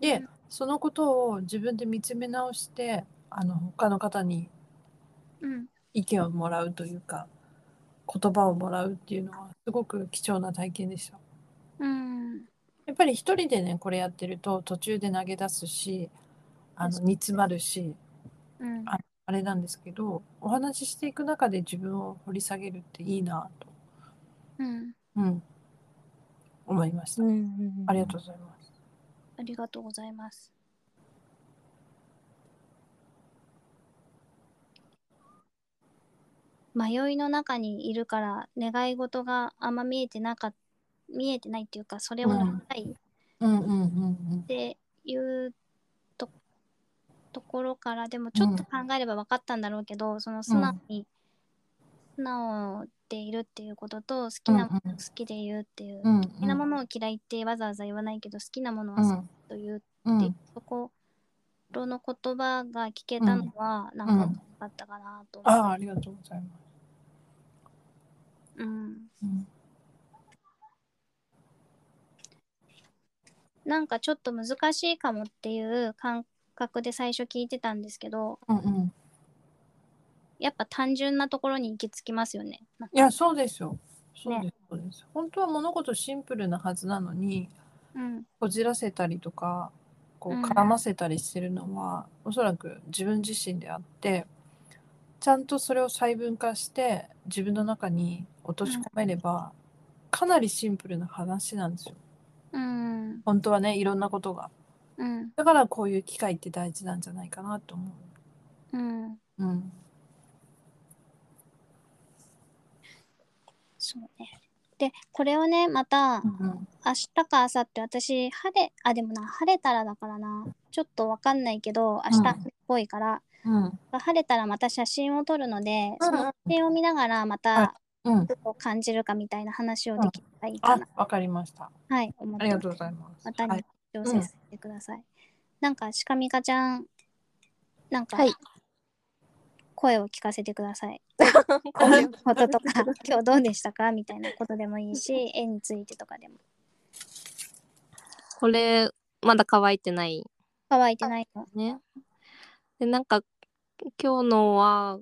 Speaker 3: で、
Speaker 2: うん
Speaker 3: そのことを自分で見つめ直して、あの他の方に
Speaker 2: うん
Speaker 3: 意見をもらうというか言葉をもらうっていうのはすごく貴重な体験でした
Speaker 2: うん
Speaker 3: やっぱり一人でねこれやってると途中で投げ出すしあの
Speaker 2: 確
Speaker 3: 煮詰まるし
Speaker 2: うん
Speaker 3: あれなんですけどお話ししていく中で自分を掘り下げるっていいなと、
Speaker 2: うん
Speaker 3: うん、思いました、
Speaker 1: ん
Speaker 3: ありがとうございます
Speaker 2: ありがとうございます迷いの中にいるから願い事があんま見えてなか見えてないっていうかそれを
Speaker 3: うん
Speaker 2: やりたい
Speaker 3: うんうんうん
Speaker 2: っていうとところからでもちょっと考えれば分かったんだろうけど、その素直に、素直でいるっていうことと好きなも
Speaker 3: うん
Speaker 2: の
Speaker 3: うん
Speaker 2: 好きで言うっていう、
Speaker 3: うんうん
Speaker 2: 好きなものを嫌いってわざわざ言わないけど好きなものは
Speaker 3: う
Speaker 2: 好
Speaker 3: ん
Speaker 2: きと言う
Speaker 3: う
Speaker 2: って、うんそころの言葉が聞けたのはなんか
Speaker 3: うん
Speaker 2: よかったかなと思
Speaker 3: あ
Speaker 2: う、
Speaker 3: あありがとうございます、
Speaker 2: うん、
Speaker 3: うん
Speaker 2: なんかちょっと難しいかもっていう感覚で最初聞いてたんですけど
Speaker 3: うんうん、
Speaker 2: やっぱ単純なところに行き着きますよね。なんか
Speaker 3: いやそうですよそうです、
Speaker 2: ね
Speaker 3: そうです本当は物事シンプルなはずなのに
Speaker 2: うん
Speaker 3: こじらせたりとかこ
Speaker 2: うん
Speaker 3: う絡ませたりしてるのは、おそらく自分自身であってちゃんとそれを細分化して自分の中に落とし込めれば、かなりシンプルな話なんですよ
Speaker 2: うん
Speaker 3: 本当はねいろんなことが
Speaker 2: うん
Speaker 3: だからこういう機会って大事なんじゃないかなと思
Speaker 2: うん
Speaker 3: う、うん、
Speaker 2: そうね。でこれをねまた
Speaker 3: うんうん
Speaker 2: 明日か明後日私晴れあでもな晴れたらだからなちょっとわかんないけど明日っぽいから、
Speaker 3: うん
Speaker 2: 晴れたらまた写真を撮るので
Speaker 3: うん
Speaker 2: その写真を見ながらま
Speaker 3: は
Speaker 2: た
Speaker 3: うん
Speaker 2: どう感じるかみたいな話をできたらいいか
Speaker 3: あ
Speaker 2: な、
Speaker 3: わかりました
Speaker 2: はい思っ
Speaker 3: あ
Speaker 2: て
Speaker 3: り
Speaker 2: ます
Speaker 3: がとうございます
Speaker 2: また
Speaker 3: はい
Speaker 2: ね、調整させてください。なんかしかみかちゃんなんか、
Speaker 1: はい
Speaker 2: 声を聞かせてください。こ
Speaker 1: こ
Speaker 2: う
Speaker 1: れ
Speaker 2: いうこととか今日どうでしたかみたいなことでもいいし絵についてとかでも
Speaker 1: これまだ乾いてない
Speaker 2: 乾いてないの
Speaker 1: ね。でなんか今日のは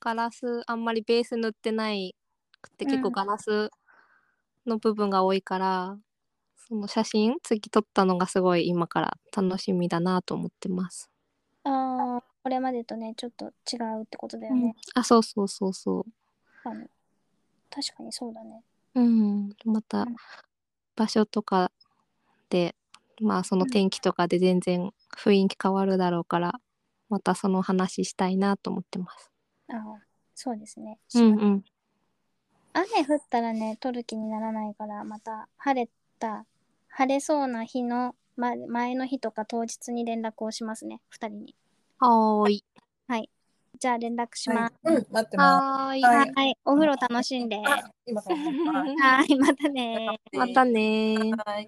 Speaker 1: ガラスあんまりベース塗ってないくて
Speaker 2: うん
Speaker 1: 結構ガラスの部分が多いから、その写真次撮ったのがすごい今から楽しみだなと思ってます。
Speaker 2: あーこれまでとねちょっと違うってことだよね、
Speaker 1: あそうそうそうそう。
Speaker 2: 確かに確かにそうだね
Speaker 1: うん、ま
Speaker 2: う
Speaker 1: た
Speaker 2: ん
Speaker 1: 場所とかで、まあその
Speaker 2: うん
Speaker 1: 天気とかで全然雰囲気変わるだろうから、またその話したいなと思ってます。
Speaker 2: あーそうですね、
Speaker 1: うんうん。
Speaker 2: 雨降ったらね撮る気にならないからまた晴れた晴れそうな日の、ま、前の日とか当日に連絡をしますね2人に
Speaker 1: はーい。
Speaker 2: じゃあ連絡します、
Speaker 3: はいうん待ってま
Speaker 1: はーい。
Speaker 2: は
Speaker 3: はいい、
Speaker 2: お風呂楽しんでは
Speaker 3: すあ今から
Speaker 2: いまたねー
Speaker 1: またねー。
Speaker 3: はい